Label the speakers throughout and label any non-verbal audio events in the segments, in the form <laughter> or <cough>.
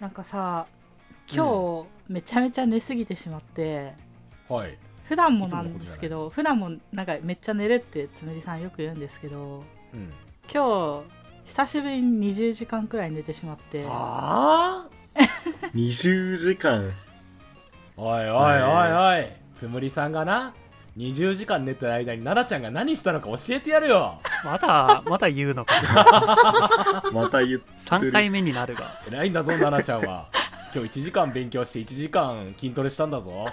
Speaker 1: なんかさ今日めちゃめちゃ寝すぎてしまって、
Speaker 2: はい。
Speaker 1: 普段もなんですけど普段もなんかめっちゃ寝るってつむりさんよく言うんですけど
Speaker 2: うん。
Speaker 1: 今日久しぶりに20時間くらい寝てしまって
Speaker 2: ああ。
Speaker 3: 20時間
Speaker 2: おいおいおいおい。つむりさんがな。20時間寝てる間に奈々ちゃんが何したのか教えてやるよ
Speaker 4: まだまだ言うのか
Speaker 3: <laughs> また言ってる
Speaker 4: 3回目になるが
Speaker 2: 偉いんだぞ奈々ちゃん
Speaker 4: <laughs>
Speaker 2: は今日1時間勉強して1時間筋トレしたんだぞ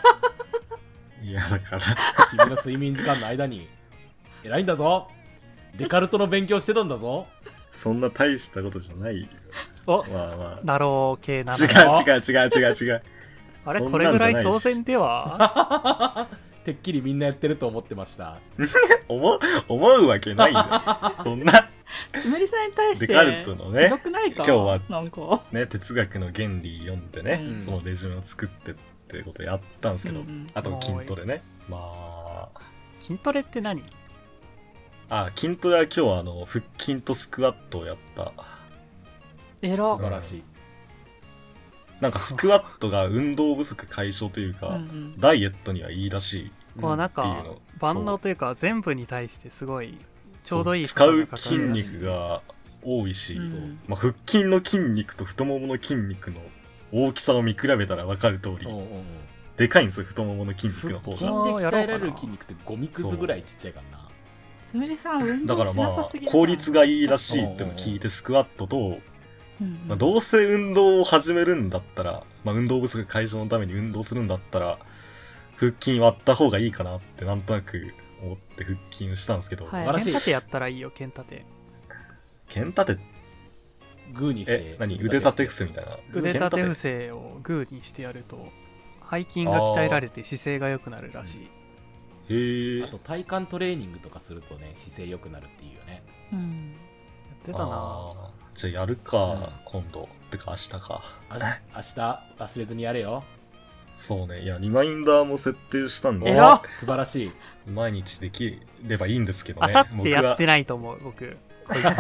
Speaker 3: いやだから
Speaker 2: 君の睡眠時間の間に偉いんだぞデカルトの勉強してたんだぞ
Speaker 3: そんな大したことじゃないよ
Speaker 4: お
Speaker 3: まあまあ
Speaker 4: ナロー系な
Speaker 3: 違
Speaker 4: の
Speaker 3: う違う違う違う違う
Speaker 4: あれ
Speaker 3: そん
Speaker 4: こ
Speaker 3: な
Speaker 4: れ
Speaker 3: ん
Speaker 4: ぐ
Speaker 3: じゃ
Speaker 4: ら
Speaker 3: ないし
Speaker 4: い当然
Speaker 3: <laughs>
Speaker 4: では
Speaker 2: てっきりみんなやってると思ってました
Speaker 3: 思う思うわけないよそんな
Speaker 1: つむりさんに対して
Speaker 3: デカルトのね
Speaker 1: ひどくないか
Speaker 3: 今日は
Speaker 1: なんか、
Speaker 3: ね哲学の原理読んでね、
Speaker 1: うん
Speaker 3: そのレジュメを作ってってことやったんですけど、
Speaker 1: うんうん
Speaker 3: あと筋トレねまあ
Speaker 4: 筋トレって何
Speaker 3: あ筋トレは今日はあの腹筋とスクワットをやった
Speaker 1: エ
Speaker 2: 素
Speaker 1: ロ
Speaker 2: 晴らしい
Speaker 3: なんかスクワットが運動不足解消というか、
Speaker 1: うんうん
Speaker 3: ダイエットにはいいらしい
Speaker 4: こうなん
Speaker 3: ってい
Speaker 4: か
Speaker 3: うの
Speaker 4: 万能というか全部に対してすごいちょうどいい
Speaker 3: そう
Speaker 4: 負荷が
Speaker 3: 使
Speaker 4: か
Speaker 3: う
Speaker 4: か
Speaker 3: 筋
Speaker 4: るらしい
Speaker 3: 肉が多いし、
Speaker 1: うん
Speaker 3: そうまあ、腹筋の筋肉と太ももの筋肉の大きさを見比べたら分かる通り、
Speaker 2: うんうんうん
Speaker 3: でかいんですよ太ももの筋肉の
Speaker 2: 腹
Speaker 3: 方
Speaker 2: 筋で
Speaker 3: が
Speaker 2: 鍛えられる筋肉ってゴミくずぐらいちっちゃいからな
Speaker 1: つむりさん運
Speaker 3: だ
Speaker 1: 動
Speaker 3: から
Speaker 1: しな
Speaker 3: ま
Speaker 1: さ
Speaker 3: あ
Speaker 1: すぎ
Speaker 3: 効率
Speaker 1: が、
Speaker 3: がいいらしいってのを聞いてスクワットと、
Speaker 1: うんうん
Speaker 3: まあ、どうせ運動を始めるんだったら、まあ、運動不足解消のために運動するんだったら腹筋割った方がいいかなってなんとなく思って腹筋をしたんですけど、
Speaker 1: はい
Speaker 2: 素晴らしい
Speaker 4: 剣立てやったらいいよ剣立て
Speaker 3: 剣立て
Speaker 2: グーにして
Speaker 3: え何腕立て伏せみたいな
Speaker 4: 腕立て
Speaker 3: 剣
Speaker 4: 伏せをグーにしてやると背筋が鍛えられて姿勢が良くなるらしい
Speaker 3: へ
Speaker 2: あ
Speaker 3: え
Speaker 2: と体幹トレーニングとかするとね姿勢良くなるっていうよね
Speaker 1: うん
Speaker 4: やってたな
Speaker 3: あーじゃあやるか、
Speaker 2: うん
Speaker 3: 今度てか明日か
Speaker 2: あ明日忘れずにやれよ
Speaker 3: そうねいやリマインダーも設定したん
Speaker 1: え
Speaker 3: で
Speaker 1: ら
Speaker 2: お素晴らしい <laughs>
Speaker 3: 毎日できればいいんですけど
Speaker 4: あ
Speaker 3: ね
Speaker 4: さってやって
Speaker 3: ない
Speaker 4: ないと思う僕こいつ
Speaker 3: <laughs> い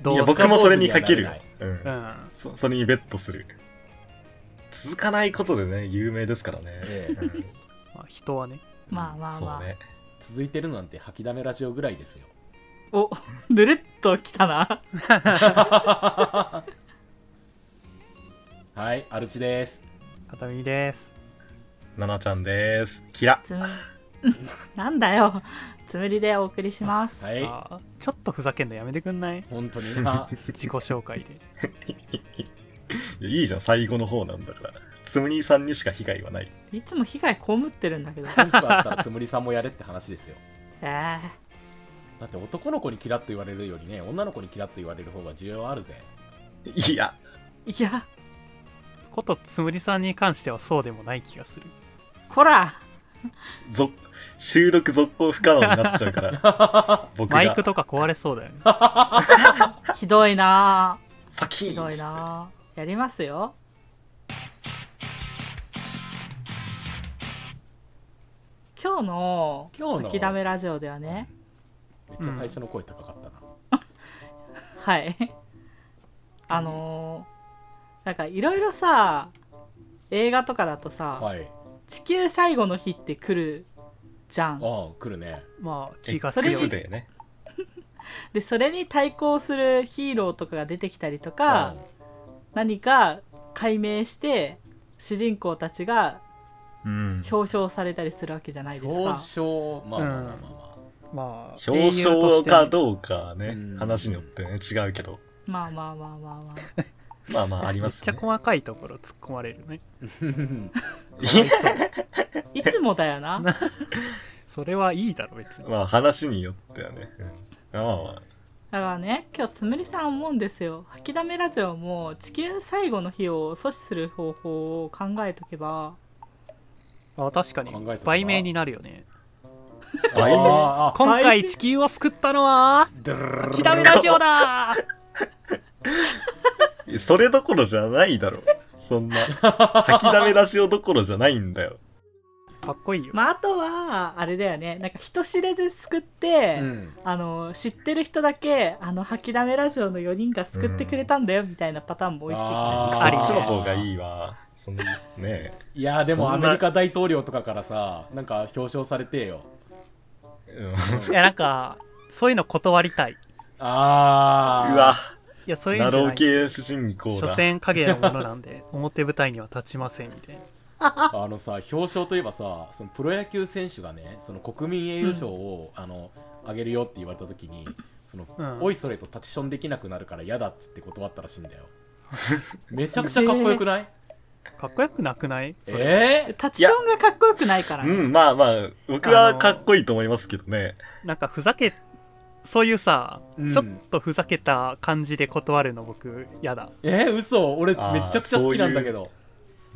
Speaker 4: ど
Speaker 3: や
Speaker 4: う
Speaker 3: 僕
Speaker 4: せ
Speaker 3: もそれにかけるよ
Speaker 2: 坊主
Speaker 3: うん
Speaker 4: うん
Speaker 3: そそれにベットする続かないことでね有名ですからね、
Speaker 2: ええ
Speaker 3: うん
Speaker 4: まあ、人はね
Speaker 1: まあまあ
Speaker 3: そ
Speaker 1: まあ、
Speaker 3: うね
Speaker 2: 続いてるなんて吐きだめラジオぐらいですよ
Speaker 1: おぬるっときたな
Speaker 2: はいアルチです
Speaker 4: 片耳です
Speaker 3: ななちゃんですキラ
Speaker 1: つむ <laughs> なんだよつむりでお送りします、
Speaker 2: はい
Speaker 4: さあちょっとふざけんのやめてく
Speaker 3: <laughs>
Speaker 4: んない
Speaker 2: 本当にな
Speaker 4: 自己紹介で
Speaker 3: いやいいじゃん最後の方なんだからつむにさんにしか被害はない
Speaker 1: い、つも被害被ってるん
Speaker 2: <laughs>
Speaker 1: だけど
Speaker 2: 文句あったらつむりさんもやれって話ですよ
Speaker 1: えー、
Speaker 2: だって男の子にキラッと言われるよりね女の子にキラッと言われる方が需要あるぜ
Speaker 3: いや
Speaker 1: いや
Speaker 4: ことつむりさんに関してはそうでもない気がする
Speaker 1: こら
Speaker 3: ぞ収録続行不可能になっちゃうから僕が
Speaker 4: マイクとか壊れそうだよね
Speaker 3: <laughs>
Speaker 1: ひどいな
Speaker 2: <laughs>
Speaker 3: パキーン
Speaker 1: ひどいなやりますよ今日の
Speaker 2: 今日
Speaker 1: 「
Speaker 2: の
Speaker 1: きだめラジオ」ではね
Speaker 2: めっちゃ最初の声高かったな、
Speaker 1: はいあのーなんかいろいろさ映画とかだとさ、
Speaker 2: はい
Speaker 1: 地球最後の日って来るじゃん
Speaker 2: ああ来るね
Speaker 4: まあ気が
Speaker 3: そ
Speaker 4: 強
Speaker 3: れ
Speaker 4: い
Speaker 3: すでね
Speaker 1: でそれに対抗するヒーローとかが出てきたりとか何か解明して主人公たちが
Speaker 3: うん
Speaker 1: 表彰されたりするわけじゃない
Speaker 2: うん
Speaker 1: です
Speaker 2: 表
Speaker 1: か。
Speaker 2: 彰まあまあまあまあまあ、
Speaker 4: まあ
Speaker 3: 表彰か
Speaker 4: う
Speaker 3: どうかね
Speaker 2: うん
Speaker 3: 話によってね違うけど
Speaker 1: まあまあまあまあまあ。
Speaker 3: まあまああり
Speaker 4: め
Speaker 3: ま
Speaker 4: っ
Speaker 3: す
Speaker 4: ちゃ
Speaker 3: ね
Speaker 4: 細かいところ突っ込まれるね
Speaker 2: <laughs>
Speaker 1: いつもだよな。
Speaker 4: それはいいだろ別に
Speaker 3: <laughs> まあ話によってはねうんまあまあまあ
Speaker 1: だからね今日つむりさん思うんですよ「吐きだめラジオ」も地球最後の日を阻止する方法を考えとけば
Speaker 4: あ確かに
Speaker 2: 考えとくな
Speaker 4: 売名になるよね
Speaker 3: 倍ね
Speaker 2: あああ
Speaker 4: 今回地球を救ったのは
Speaker 2: ドゥルルルルル
Speaker 4: 諦めラジ
Speaker 3: <laughs>
Speaker 4: オだー
Speaker 3: いやそれどころじゃないだろそんな吐きだめ出しをどころじゃないんだよ
Speaker 4: かっこいいよ、
Speaker 1: まああとはあれだよねなんか人知れず作って、
Speaker 2: うん
Speaker 1: あの知ってる人だけあの吐きだめラジオの4人が救ってくれたんだよみたいなパターンも美味しい
Speaker 2: あ
Speaker 1: から、
Speaker 2: ー
Speaker 4: あ
Speaker 3: そ
Speaker 4: り
Speaker 3: っちの
Speaker 1: ね、
Speaker 3: 方がいいわ。そのね
Speaker 2: いやーでも
Speaker 3: そ
Speaker 2: ア
Speaker 3: んな
Speaker 2: メリカ大統領とかからさなんか表彰されてよ
Speaker 3: え。うん
Speaker 4: いやなんかそういうの断りたいい
Speaker 2: あー
Speaker 3: うわ、
Speaker 4: やそういうん
Speaker 3: ナ
Speaker 4: じゃ
Speaker 3: ロ
Speaker 4: な
Speaker 3: ー
Speaker 4: い
Speaker 3: 系主人公
Speaker 4: 所
Speaker 3: だ。
Speaker 4: 詮影のものなんで表舞台には立ちませんみたいな
Speaker 2: あのさ表彰といえばさそのプロ野球選手がねその国民栄誉賞を、あのあげるよって言われた時にその、
Speaker 4: うん
Speaker 2: おいそれとタチションできなくなるから嫌だっつって断ったらしいん
Speaker 3: <laughs>
Speaker 2: だよめちゃくちゃかっこよくない
Speaker 4: かっこよくなくない
Speaker 2: え
Speaker 4: そ
Speaker 2: ー
Speaker 4: れ、
Speaker 2: え
Speaker 1: タチションがかっこよくないから
Speaker 3: う
Speaker 1: ね、
Speaker 3: ん、まあまあ、僕はかっこいいと思いますけどね。
Speaker 4: なんかふざけそういうさ、
Speaker 2: うん
Speaker 4: ちょっとふざけた感じで断るの僕やだ
Speaker 2: えー嘘俺
Speaker 3: あー
Speaker 2: めちゃくちゃ好きなんだけど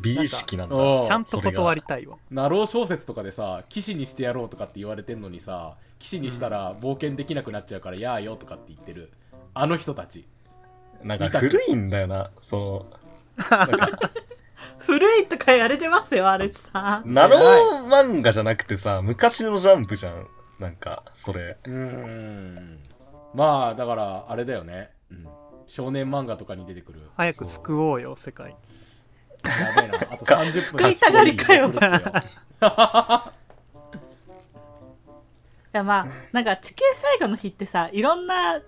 Speaker 3: 美意識なんだ。
Speaker 2: おう
Speaker 4: ちゃんと断りたいわ
Speaker 2: ナロー小説とかでさ騎士にしてやろうとかって言われてんのにさ騎士にしたら冒険できなくなっちゃうからやーよとかって言ってるあの人たち
Speaker 3: なんか古いんだよな。そ
Speaker 1: 古いとかやれてますよあれさ
Speaker 3: の、ナロー漫画じゃなくてさ、昔のジャンプじゃん。なんか、それ。
Speaker 2: うーんまあだからあれだよね、うん、少年漫画とかに出てくる
Speaker 4: 早く救おうよ世界
Speaker 2: やべえなあと30分
Speaker 3: 食いたがり
Speaker 1: かよ
Speaker 2: するってよ
Speaker 1: いやまあなんか地形最後の日ってさいろんな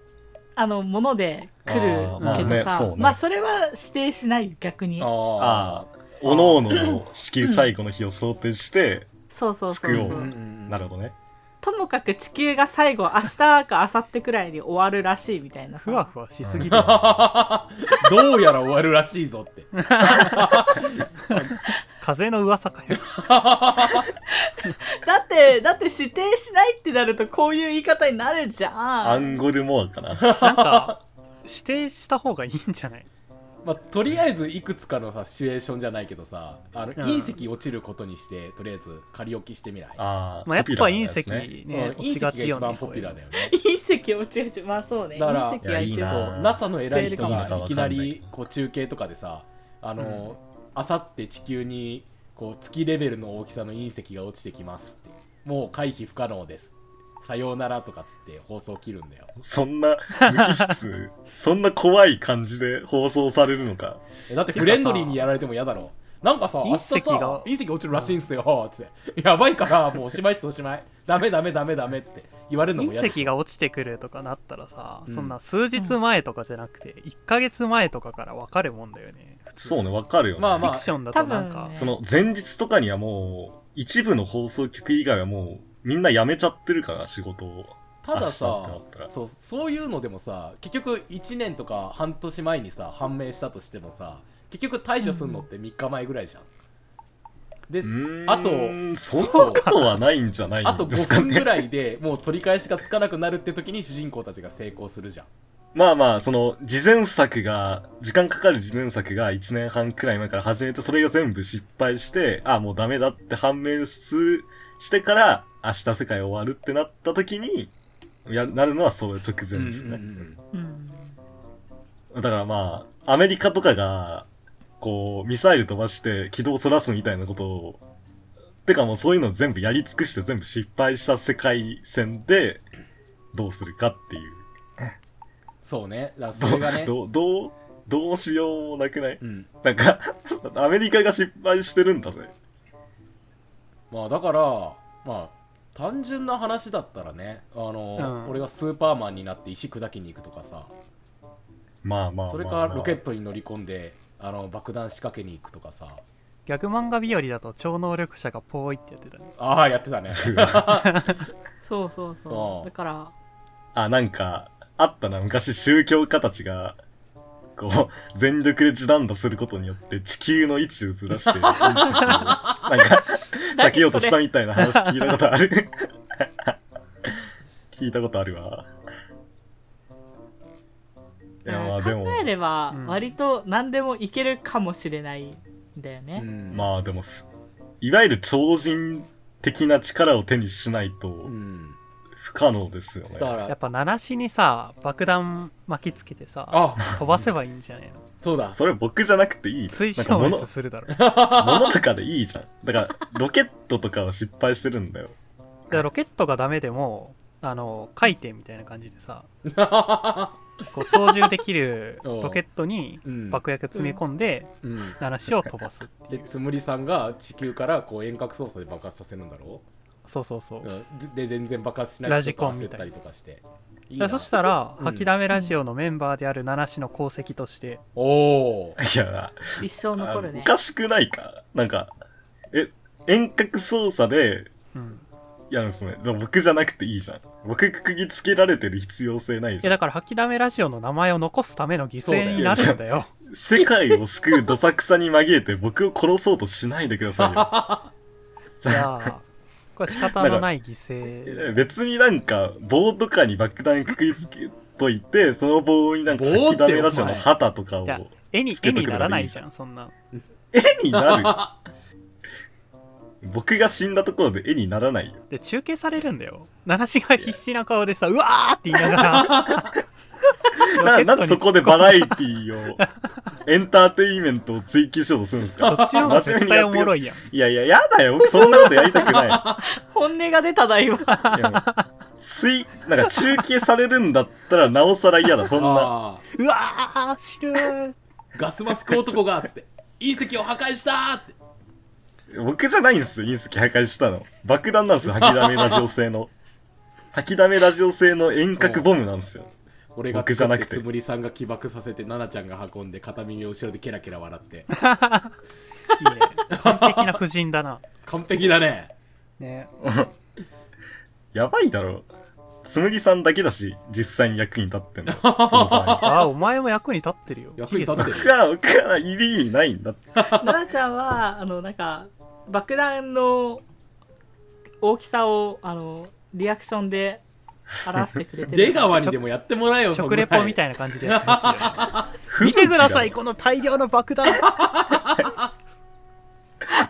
Speaker 1: あのもので来る
Speaker 3: あーま
Speaker 2: あ
Speaker 1: け
Speaker 2: ね
Speaker 1: どさ、
Speaker 3: そうね
Speaker 1: まあそれは指定しないよ逆に
Speaker 2: あ
Speaker 3: <laughs> ああ、おのおのの式最後の日を想定して、
Speaker 1: そうそうそう
Speaker 3: 救
Speaker 1: そ
Speaker 3: お
Speaker 1: う
Speaker 3: う
Speaker 2: あ、
Speaker 3: ん
Speaker 2: な
Speaker 3: なる
Speaker 2: る
Speaker 3: ほどね。
Speaker 1: ともかく地球が最後明日か明後日くらいに終わるらしいみたいな
Speaker 4: ふわ
Speaker 1: さ
Speaker 4: ふわしすぎる
Speaker 2: ほどどうやら終わるらしいぞって
Speaker 4: 風の噂かよ
Speaker 1: だってだって指定しないってなるとこういう言い方になるじ <laughs>
Speaker 3: ア
Speaker 1: ゃん
Speaker 3: ンゴルモアかな。
Speaker 4: なんか指定した方がいいんじ
Speaker 2: <laughs>
Speaker 4: ゃない
Speaker 2: まあ、とりあえずいくつかのさシチュエーションじゃないけどさあの、
Speaker 4: ん
Speaker 2: 隕石落ちることにしてとりあえず仮置きしてみない、
Speaker 3: ああ、
Speaker 4: まあ、やっぱ
Speaker 3: ポピュラーなやつ
Speaker 4: 隕石
Speaker 3: ね
Speaker 4: ね
Speaker 2: うん
Speaker 4: 落ちが
Speaker 2: 隕石が
Speaker 4: ちよ
Speaker 2: 一
Speaker 4: ね
Speaker 2: 番ポピュラーだよね
Speaker 1: 隕石落ちるまあそうね
Speaker 2: だから
Speaker 1: 隕石はい
Speaker 3: やいい
Speaker 1: 一
Speaker 3: な
Speaker 1: 応
Speaker 2: そう NASA の偉い人
Speaker 1: いいの
Speaker 3: か
Speaker 2: がい
Speaker 3: わか
Speaker 2: き
Speaker 3: んな
Speaker 2: ない
Speaker 3: けど
Speaker 2: りこう中継とかでさあの、あさって地球にこう月レベルの大きさの隕石が落ちてきますってもう回避不可能ですさようならとかっつって放送切るんだよ
Speaker 3: そんな無
Speaker 2: <laughs>
Speaker 3: 機質、そんな怖い感じで放送されるのか。
Speaker 2: えだってフレンドリーにやられても嫌だろなんかさ明日さ
Speaker 4: 隕石が
Speaker 2: 隕石落ちるらしいんすよつってやばいからもうおしまいっすおしまいダメダメダメダメって言われるのも嫌
Speaker 4: 隕
Speaker 2: でし
Speaker 4: 石
Speaker 2: ょ
Speaker 4: が落ちてくるとかなったらさ、
Speaker 2: うん
Speaker 4: そんな数日前とかじゃなくて1ヶ月前とかから分かるもんだよね普通
Speaker 3: そうね、わかるよね。
Speaker 2: まあ
Speaker 4: フ
Speaker 2: ま
Speaker 4: ィクションだとなんか、
Speaker 1: 多分ね
Speaker 3: その前日とかにはもう、一部の放送局以外はもう、みんな辞めちゃってるから、仕事を。
Speaker 2: ただ
Speaker 3: 明日ってな
Speaker 2: さ
Speaker 3: ったら
Speaker 2: そうそういうのでもさ結局1年とか半年前にさ判明したとしてもさ結局対処するのって3日前ぐらいじゃん、ですあと
Speaker 3: そんなことはないんじゃない
Speaker 2: あと
Speaker 3: んで
Speaker 2: 5
Speaker 3: すか
Speaker 2: 分ぐ
Speaker 3: ね。
Speaker 2: らいでもう取り返しがつかなくなるって時に主人公たちが成功するじゃん
Speaker 3: まあまあ、その、事前作が、時間かかる事前作が1年半くらい前から始めて、それが全部失敗して、あ、もうダメだって判明する、してから、明日世界終わるってなった時に、や、なるのはその直前です
Speaker 2: う
Speaker 3: ね。
Speaker 2: んうんうん
Speaker 1: うん
Speaker 3: だからまあ、アメリカとかが、こう、ミサイル飛ばして軌道をそらすみたいなことを、てかもうそういうの全部やり尽くして全部失敗した世界線で、どうするかっていう。
Speaker 2: そうねだからそれ
Speaker 3: ど
Speaker 2: がね
Speaker 3: どう、どう、どうしようもなくない
Speaker 2: うん
Speaker 3: なんか、 <laughs> アメリカが失敗してるんだぜ。
Speaker 2: まあだからまあ単純な話だったらねあの、
Speaker 4: うん
Speaker 2: 俺がスーパーマンになって石砕きに行くとかさ
Speaker 3: まあまあまあまあ。
Speaker 2: それからロケットに乗り込んであの爆弾仕掛けに行くとかさ
Speaker 4: ギャグ漫画日和だと超能力者がポーイってやってたね
Speaker 2: ああやってた
Speaker 3: <laughs>
Speaker 2: ね
Speaker 1: そうそうそ
Speaker 2: ああ
Speaker 1: うだから
Speaker 3: あ、なんか、あったな、昔宗教家たちが、こう、全力で地団打することによって地球の位置をずらして、
Speaker 2: <laughs>
Speaker 3: 隕石をなんか、避けようとしたみたいな話聞いたことある。 <laughs> 聞いたことあるわ。いや、まあでも
Speaker 1: 考、えれば
Speaker 4: うん
Speaker 1: 割と何でもいけるかもしれないんだよ
Speaker 2: う
Speaker 1: ね、
Speaker 2: ん
Speaker 3: まあでもす、いわゆる超人的な力を手にしないうと、
Speaker 2: ん
Speaker 3: 不可能ですよね
Speaker 2: だ。か
Speaker 4: やっ
Speaker 2: ら
Speaker 4: ぱ、七しにさ、爆弾巻きつけてさ、
Speaker 2: あ
Speaker 4: 飛ばせばいいんじゃねえの
Speaker 2: そうだ <laughs>
Speaker 3: それ僕じゃなくていい。
Speaker 4: 追
Speaker 3: なん
Speaker 4: 試
Speaker 3: か
Speaker 4: は
Speaker 3: 物、
Speaker 4: 別するだろ。
Speaker 3: 物とかでいいじゃん。だから、ロケットとかは失敗してるんだよ。
Speaker 4: でロケットがダメでもあの回転みたいな感じでさこう操縦できる
Speaker 2: おう
Speaker 4: ロケットに
Speaker 2: うん
Speaker 4: 爆薬積み込んで
Speaker 2: うん
Speaker 4: 話を飛ばすってい
Speaker 2: で
Speaker 4: う
Speaker 2: つむりさんが地球からこう遠隔操作で爆発させるんだろ
Speaker 4: そうそうそうう
Speaker 2: うんで全然爆発しない
Speaker 4: ラジコン
Speaker 2: ちょっ
Speaker 4: み
Speaker 2: と焦ったた
Speaker 4: い
Speaker 2: り
Speaker 4: な
Speaker 2: とかしていい
Speaker 4: で
Speaker 2: な
Speaker 4: そしたら
Speaker 2: うん
Speaker 4: 吐きだめラジオのメンバーである七氏の功績として
Speaker 2: おおー
Speaker 3: いや、
Speaker 1: 一生
Speaker 3: あ
Speaker 1: 残る
Speaker 3: お
Speaker 1: ね
Speaker 3: かしくないかなんか、え、遠隔操作で
Speaker 4: うん
Speaker 3: やるんすね。じゃあ僕じゃなくていいじゃん。僕くくりつけられてる必要性ない
Speaker 4: い
Speaker 3: じ
Speaker 4: や
Speaker 3: ゃん。
Speaker 4: だから吐きだめラジオの名前を残すための犠牲になるんだよ
Speaker 3: 世界を救うどさくさに紛れて <laughs> 僕を殺そうとしないでくださいよ。
Speaker 4: いやーこれは仕方のない犠牲
Speaker 2: <laughs>
Speaker 3: え別になんか棒とかに爆弾くくりつけといて、その棒になんか
Speaker 2: 棒って
Speaker 3: 吐きだめ出し
Speaker 2: お
Speaker 3: の
Speaker 2: 前
Speaker 3: 旗とかを
Speaker 4: いや絵に
Speaker 3: つ
Speaker 4: 絵
Speaker 3: けと
Speaker 4: に
Speaker 3: く
Speaker 4: な
Speaker 3: な
Speaker 4: ら
Speaker 3: ら
Speaker 4: ないい
Speaker 3: い
Speaker 4: じ
Speaker 3: じゃん
Speaker 4: ゃんそんな
Speaker 3: 絵になる。 <laughs> 僕が死んだところで絵にならないよ。
Speaker 4: で中継されるんだよ七氏が必死な顔でさうわーって言いながら
Speaker 3: な、なんでそこでバラエ
Speaker 4: イ
Speaker 3: ティーを、エンターテインメントを追求しようとするんですか
Speaker 4: そっちの方が絶対おもろいやん。
Speaker 3: いやいや、やだよ。僕そんなことやりたくない。
Speaker 1: 本音が出ただ <laughs> 今
Speaker 3: いやもうつい、なんか中継されるんだったらなおさら嫌だ、そんな。
Speaker 2: あ
Speaker 4: うわー、知るー。
Speaker 2: ーガスマスク男がつって隕石を破壊したーって
Speaker 3: 僕じゃないんですよ、隕石破壊したの。爆弾なんですよ、吐きだめラジオ製の。吐きだめラジオ製の遠隔ボムなんですよ。
Speaker 2: 俺が
Speaker 3: 僕じゃなくて
Speaker 2: つむりさんが起爆させて奈々ちゃんが運んで片耳を後ろでケラケラ笑って
Speaker 4: いいね。完璧な夫人だな。
Speaker 2: 完璧だね
Speaker 4: ね。
Speaker 3: やばいだろ。つむぎさんだけだし、実際に役に立ってんの。その場合。
Speaker 4: あー、お前も役に立ってるよ。
Speaker 2: 役に立ってる
Speaker 4: ヒ
Speaker 3: 僕は、僕はいる意味ないんだって。
Speaker 1: 奈々ちゃんはあのなんか爆弾の大きさをあのリアクションで表してくれてる
Speaker 2: 出川にでもやってもらえよ
Speaker 4: ゲさん食レポみ
Speaker 2: い
Speaker 4: たいな感じでやってほしいよね見てください、この大量の爆弾。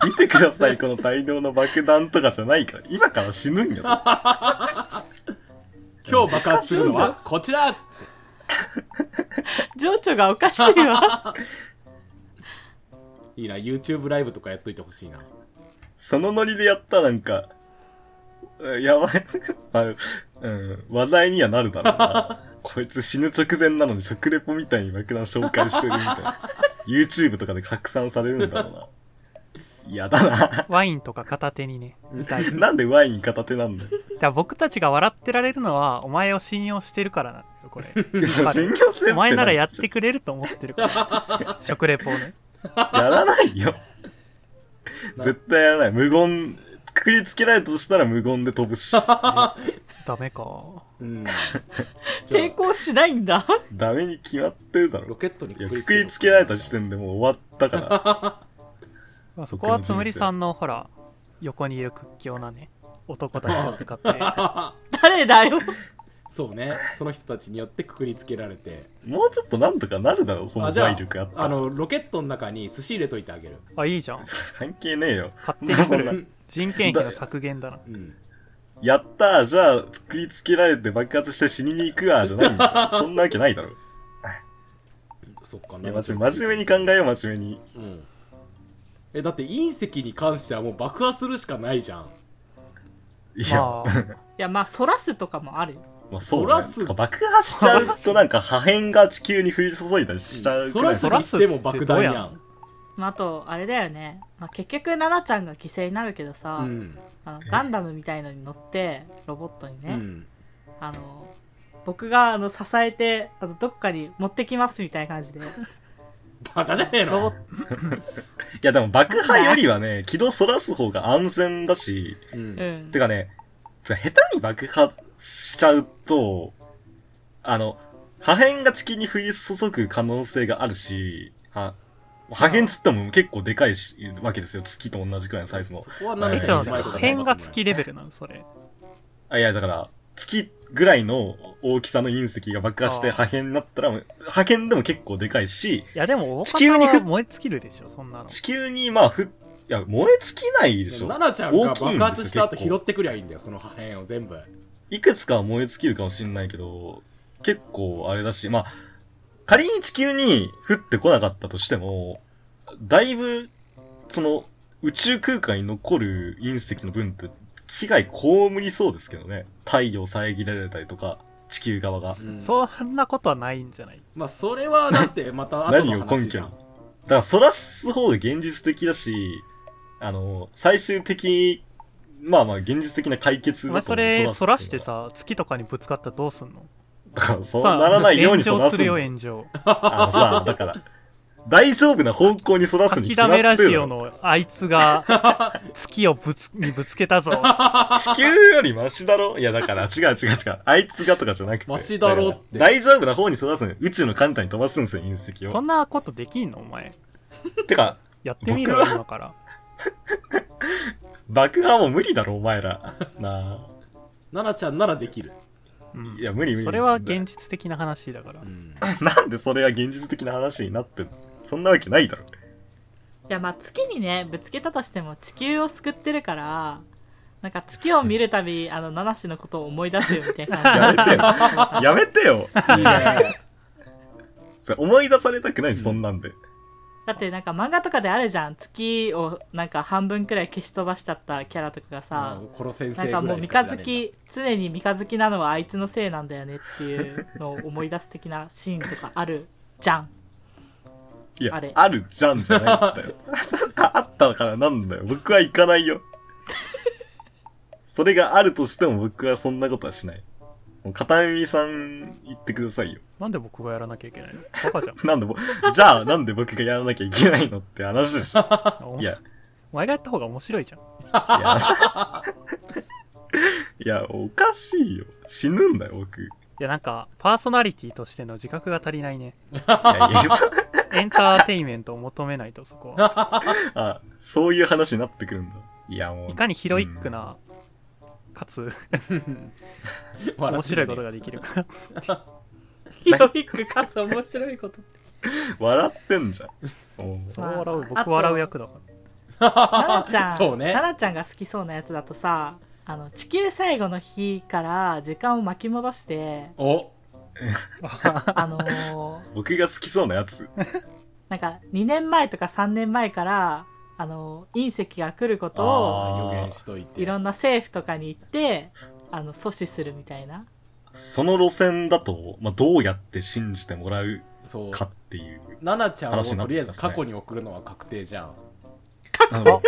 Speaker 3: 見てください、この大量の爆弾とかじゃないから。今から死ぬんやぞ。
Speaker 2: 今日爆発するのはこちら
Speaker 1: 情緒がおかし
Speaker 3: <laughs>
Speaker 1: いわ
Speaker 2: いいな YouTube ライブとかやっといてほしいな
Speaker 3: そのノリでやったらなんか、えやばい、 <laughs> あうん、話題にはなるだろうな。こいつ死ぬ直前なのに食レポみたいに爆弾紹介してるみたいな。YouTube とかで拡散されるんだろう
Speaker 4: <laughs>
Speaker 3: な。嫌だな。
Speaker 4: ワインとか片手にね。痛い。だか
Speaker 3: なんでワイン片手なんだよ。
Speaker 4: ら僕たちが笑ってられるのは、お前を信用してるからなんだよ、これ。
Speaker 3: 嘘信用してるって
Speaker 4: お前ならやってくれると思ってるから。食レポをね。
Speaker 3: やらないよ。絶対やらない。無言、くくりつけられたとしたら無言で飛ぶし。
Speaker 4: ダメか。
Speaker 2: うんじゃ
Speaker 1: 抵抗しないんだ <laughs>
Speaker 3: ダメに決まってるだ
Speaker 2: あロ
Speaker 3: ろ。
Speaker 2: ケットに
Speaker 3: いや、くくりつけられた時点でもう終わったから。
Speaker 4: まあそこはつむりさんの、ほら、横にいる屈強なね、男たちを
Speaker 3: <laughs>
Speaker 4: 使って。
Speaker 1: 誰だよ
Speaker 2: そうねその人たちによってくくりつけられて
Speaker 3: もうちょっとなんとかなるだろう、その
Speaker 2: あじゃ
Speaker 3: 財
Speaker 2: あ
Speaker 3: 力あったら。
Speaker 2: あのロケットの中に寿司入れといてあげる
Speaker 4: あ、いいじゃん。
Speaker 3: 関係ねえよ。
Speaker 4: 勝手にす
Speaker 3: そん
Speaker 4: る
Speaker 3: な
Speaker 4: 人件費の削減だな
Speaker 2: うん
Speaker 3: やったー、じゃあ、作りつけられて爆発して死にに行くわ、じゃないんだよ。そんなわけないだろ。
Speaker 2: そっか
Speaker 3: い
Speaker 2: な
Speaker 3: や、真面真面目に考えよう、真面目に。
Speaker 2: うんえだって隕石に関してはもう爆破するしかないじゃん
Speaker 3: いや、
Speaker 4: ま
Speaker 3: ま
Speaker 4: あ
Speaker 1: いやまあそらすとかもあるよ
Speaker 3: あ、そう、
Speaker 2: そら
Speaker 3: ね。
Speaker 2: す
Speaker 3: てか爆破しちゃうと、なんか破片が地球に降り注いだりしちゃう
Speaker 2: そ
Speaker 3: く
Speaker 2: ら
Speaker 3: らい。
Speaker 2: すにしても爆弾や
Speaker 4: そら
Speaker 2: ん
Speaker 1: まああとあれだよね、まあ、結局奈々ちゃんが犠牲になるけどさ、
Speaker 2: うん
Speaker 1: あのガンダムみたいのに乗ってロボットに
Speaker 2: う
Speaker 1: ね、
Speaker 2: ん
Speaker 1: あの僕があの支えてあのどこかに持ってきますみたいな感じで
Speaker 2: バカじゃねえ
Speaker 1: ロボ
Speaker 2: の
Speaker 1: ット、
Speaker 3: いや、でも爆破よりはね、軌道そらす方が安全だし、
Speaker 2: う
Speaker 1: うんん
Speaker 3: て、かね、つか下手に爆破しちゃうと、あの、破片が地球に降り注ぐ可能性があるし、は破片つっても結構でかいしわけですよ。月と同じくらいのサイズの
Speaker 2: そ。こは
Speaker 3: は
Speaker 4: え
Speaker 2: 何
Speaker 3: い
Speaker 4: ちょっ
Speaker 2: かう
Speaker 4: と待
Speaker 2: ま
Speaker 4: っ
Speaker 2: い
Speaker 4: て
Speaker 2: こと
Speaker 4: 破片が月レベルなのそれ
Speaker 3: あ、いや、だから、月ぐらいの大きさの隕石が爆破して
Speaker 4: あー
Speaker 3: 破片になったら、破片でも結構でかいし、
Speaker 4: いやでも大
Speaker 3: 地球
Speaker 4: 方
Speaker 3: に
Speaker 4: は燃え尽きるでしょそんなの
Speaker 3: 地球にまあ、ふ、いや、燃え尽きないでしょ。
Speaker 2: 奈々ちゃんが
Speaker 3: 大きいんですよ
Speaker 2: 爆発した後
Speaker 3: 結構
Speaker 2: 拾ってくりゃいいんだよその破片を全部
Speaker 3: いくつかは燃え尽きるかもしんないけど、結構あれだし、まあ、仮に地球に降ってこなかったとしても、だいぶ、その、宇宙空間に残る隕石の分って、被害被りそうですけどね。太陽遮られたりとか、地球側が。
Speaker 2: うん
Speaker 4: そんなことはないんじゃない
Speaker 2: まあそれはだってまた後
Speaker 3: 何
Speaker 2: の
Speaker 3: を
Speaker 2: 話
Speaker 3: 根
Speaker 2: じ
Speaker 3: 拠
Speaker 2: ゃ
Speaker 3: に。だ
Speaker 2: ん
Speaker 3: から、そらす方が現実的だし、あの、最終的、まあまあ、現実的な解決だ
Speaker 4: お前
Speaker 3: と
Speaker 4: そ
Speaker 3: 思う
Speaker 4: れそらして
Speaker 3: らす
Speaker 4: さ月とかにぶつかったらどうすんの
Speaker 3: だから、そう
Speaker 4: さあ
Speaker 3: ならないように育
Speaker 4: 炎上す
Speaker 3: す
Speaker 4: る
Speaker 3: ん
Speaker 4: よ
Speaker 3: だ
Speaker 4: 炎上
Speaker 3: あのさ、だから、大丈夫な方向に育すに
Speaker 4: き
Speaker 3: 決ま
Speaker 4: だ
Speaker 3: って
Speaker 4: め
Speaker 3: るの
Speaker 4: ラジオのあいつが
Speaker 3: <laughs>
Speaker 4: 月をぶつにぶつけたぞ
Speaker 3: 地球よりマシだろいや、だから、違う違う違う。あいつがとかじゃなくて。
Speaker 2: マシだろって
Speaker 3: から大丈夫な方に育すん宇宙の観点に飛ばすんですよ、隕石
Speaker 4: そ
Speaker 3: を。
Speaker 4: んなことできんのお前
Speaker 3: てか、
Speaker 4: やってみろ
Speaker 3: 僕は
Speaker 4: 今から
Speaker 3: 爆破も無理だろ、お前ら。な
Speaker 2: 奈々ちゃんならできる、
Speaker 4: うん
Speaker 3: あ。いや、無理無理。
Speaker 4: それは現実的な話だから
Speaker 2: うん、
Speaker 3: なんでそれが現実的な話になってんのそんなわけないだろ。
Speaker 1: いやまあ月にねぶつけたとしても地球を救ってるからなんか月を見るたびあのナナシのことを思い出すよみたいな <laughs> 感
Speaker 3: やめてよ。
Speaker 4: <laughs>
Speaker 3: やめてよ。
Speaker 2: いいね
Speaker 3: それ思い出されたくないし、そんなんで。
Speaker 1: じだってなんか漫画とかであるじゃん月をなんか半分くらい消し飛ばしちゃったキャラとかがさ
Speaker 2: うんこの先生
Speaker 1: なんから
Speaker 2: ぐい
Speaker 1: もう三日
Speaker 2: しか出られない
Speaker 1: 月常に三日月なのはあいつのせいなんだよねっていうのを思い出す的なシーンとかあるじ <laughs> ゃん
Speaker 3: いや
Speaker 1: あれ、
Speaker 3: あるじゃんじゃないん
Speaker 4: <laughs>
Speaker 3: だよ。あったからなんだよ。僕は行かないよ。それがあるとしても僕はそんなことはしない。もう片耳さん言ってくださいよ。
Speaker 4: なんで僕がやらなきゃいけないのバカじゃん
Speaker 3: なんでぼ、じゃあなんで僕がやらなきゃいけないのって話でし
Speaker 4: <laughs>
Speaker 3: ょ。
Speaker 4: お
Speaker 3: いや、
Speaker 4: お前がやった方が面白いじゃん
Speaker 3: いや、いやおかしいよ。死ぬんだよ、僕。い
Speaker 4: いやなんかパーソナリティとしての自覚が足りないね
Speaker 3: やい
Speaker 4: <laughs>
Speaker 3: や
Speaker 4: エンターテインメントを求めないとそこは
Speaker 3: あ、そういう話になってくるんだ。いや、もう
Speaker 4: い。かにヒロイックな、かつ面白いことができるか
Speaker 1: ヒロイックかつ面白いこと
Speaker 3: 笑ってんじゃん。もう
Speaker 4: そう
Speaker 1: まあ
Speaker 4: 笑う
Speaker 1: あと
Speaker 4: 僕笑う役だか
Speaker 1: 奈々ち
Speaker 3: <laughs>
Speaker 1: ゃん
Speaker 2: そうね
Speaker 1: 奈々ちゃんが好きそうなやつだとさあの地球最後の日から時間を巻き戻
Speaker 3: <laughs>
Speaker 1: して
Speaker 2: お
Speaker 1: あのー
Speaker 3: 僕が好きそうなやつ。
Speaker 1: なんか2年前とか3年前からあのー隕石が来ることを
Speaker 3: あー
Speaker 2: 予言しといて
Speaker 1: いろんな政府とかに行ってあの阻止するみたいな
Speaker 3: その路線だと、まあ、どうやって信じてもらう
Speaker 2: そう
Speaker 3: かっていう。
Speaker 2: 奈々ちゃんを
Speaker 3: 話にな
Speaker 2: と
Speaker 3: って
Speaker 2: りあえ
Speaker 3: ま
Speaker 2: ず
Speaker 3: すね
Speaker 2: 過去に送るのは確定じゃん
Speaker 3: なんか僕、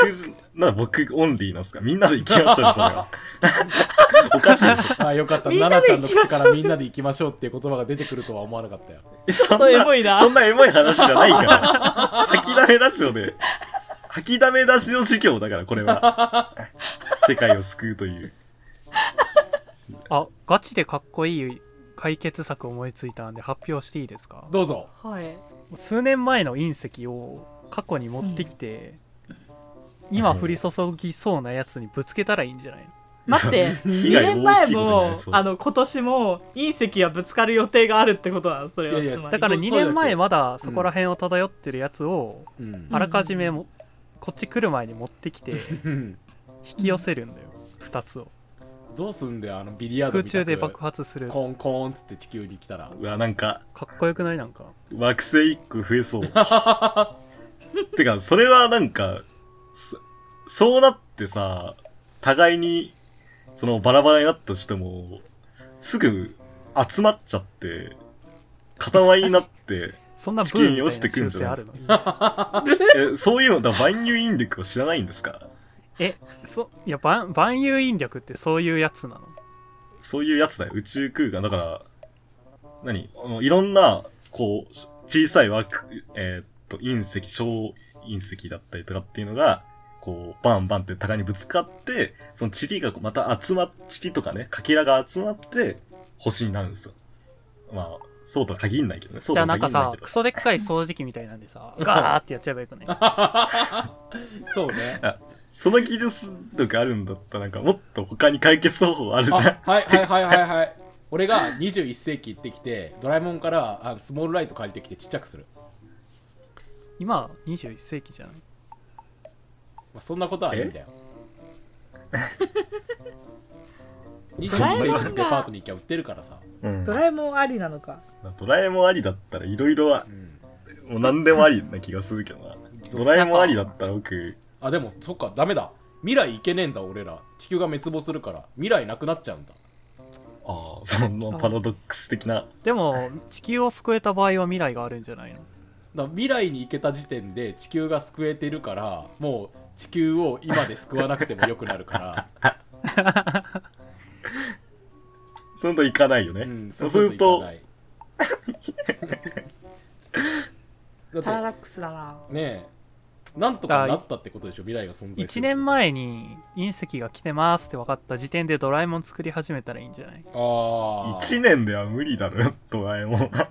Speaker 3: なんか僕オンリーなんですかみんなで行きましょうよ、それ
Speaker 1: <laughs>
Speaker 3: は。おかしいでしょ。
Speaker 2: あよかった
Speaker 1: みん
Speaker 2: 奈
Speaker 1: な
Speaker 2: 々
Speaker 1: で
Speaker 2: ちゃ
Speaker 1: 行きましょう
Speaker 2: んの口からみんなで行きましょうっていう言葉が出てくるとは思わなかったよ
Speaker 3: えそん
Speaker 1: ちょっとエモいな
Speaker 3: そんなエモい話じゃないから。吐きだめラジオで、吐きだめラジオ授業だから、これは。世界を救うという。
Speaker 4: らあガチでかっこいい解決策思いついたんで発表していいですか
Speaker 2: どうぞ
Speaker 1: はい
Speaker 4: 数年前の隕石を過去に持ってきて、今降り注ぎそうなやつにぶつけたらいいんじゃないの
Speaker 1: 待って
Speaker 3: <laughs>
Speaker 1: 2
Speaker 3: 被害
Speaker 1: 年
Speaker 3: 大
Speaker 1: 前
Speaker 3: きいことになり
Speaker 1: も
Speaker 3: そう
Speaker 1: あの今年も隕石がぶつかる予定があるってことなのそれはい
Speaker 2: やいや
Speaker 1: つまり
Speaker 4: だから
Speaker 2: そう
Speaker 4: 2
Speaker 2: そうだけど
Speaker 4: 年前まだそこら辺を漂ってるやつを
Speaker 2: うん
Speaker 1: ん
Speaker 4: <laughs> あらかじめもこっち来る前に持ってきて引き寄せるんだよ2つを
Speaker 2: どうすんだよあのビリヤード
Speaker 4: 空
Speaker 2: みた
Speaker 4: 中
Speaker 2: いな
Speaker 4: で爆発するか
Speaker 2: コンコンっつって地球に来たら
Speaker 3: うわ、なんか、
Speaker 4: っこよくないなんか
Speaker 3: 惑星一個増えそう。 <laughs> てか、それはなんか、そそうなってさ、互いに、そのバラバラになったとしても、すぐ集まっちゃって、塊になって、
Speaker 4: そんなブ
Speaker 3: 地
Speaker 4: ー
Speaker 3: 球
Speaker 4: ム
Speaker 3: に
Speaker 4: み
Speaker 3: 落ち
Speaker 4: た
Speaker 3: て
Speaker 4: い
Speaker 3: く
Speaker 4: な
Speaker 3: ん
Speaker 4: 習
Speaker 3: じゃ
Speaker 4: 性
Speaker 3: ない
Speaker 4: あ
Speaker 3: で
Speaker 4: る
Speaker 3: す
Speaker 4: の
Speaker 3: え、そういうのだ、万有引力を知らないんですか
Speaker 4: えそいや万万有引力ってそういうやつなの
Speaker 3: そういうやつだよ、宇宙空間。だから、何あのいろんな、こう、小さい枠、えーっと、隕石、小隕石だったりとかっていうのが、こう、バンバンって互いにぶつかって、その塵がこうまた集まっ、塵とかね、かけらが集まって、星になるんですよ。まあ、そうとは限んないけどね。そうと
Speaker 4: じゃあ
Speaker 3: は
Speaker 4: なん
Speaker 3: 限
Speaker 4: か
Speaker 3: んない
Speaker 4: さ
Speaker 3: けど
Speaker 4: ク。ソでっかい掃除機みたいなんでさガーってやっちゃえばよくない
Speaker 2: そうね
Speaker 3: その技術力あるんだったら、なんかもっと他に解決方法あるじゃん。
Speaker 2: あはいはいはいはいはい俺が21世紀行ってきてドラえもんからあのスモールライト借りてきてちっちゃくする、
Speaker 4: 今21世紀じゃない
Speaker 2: <laughs> まあ、そんなことはいいんだよ
Speaker 1: ドラえもんが
Speaker 2: 21世紀のデパートに行きゃ売ってるからさ、
Speaker 3: うん
Speaker 1: ドラえもんありなのか
Speaker 3: ドラえもんありだったらいろいろは
Speaker 2: う、ん、
Speaker 3: もう何でもありな気がするけどな。ドラえもんありだったら僕、
Speaker 2: あでもそっかダメだ未来行けねえんだ俺ら地球が滅亡するから未来なくなっちゃうんだ
Speaker 3: ああ、そのパラドックス的な。
Speaker 4: でも地球を救えた場合は未来があるんじゃないの
Speaker 2: だから未来に行けた時点で地球が救えてるからもう地球を今で救わなくてもよくなるから
Speaker 3: そのといかないよね。
Speaker 2: うん
Speaker 3: そうす
Speaker 2: <laughs>
Speaker 3: ると、
Speaker 2: そうすると行かない
Speaker 1: パラ
Speaker 2: だっ
Speaker 1: ダックスだな
Speaker 2: てねえなんとかなったってことでしょ未来が存在する
Speaker 4: 1年前に隕石が来てますって分かった時点でドラえもん作り始めたらいいんじゃない
Speaker 2: ああ
Speaker 3: 1年では無理だろ、ドラえもんは。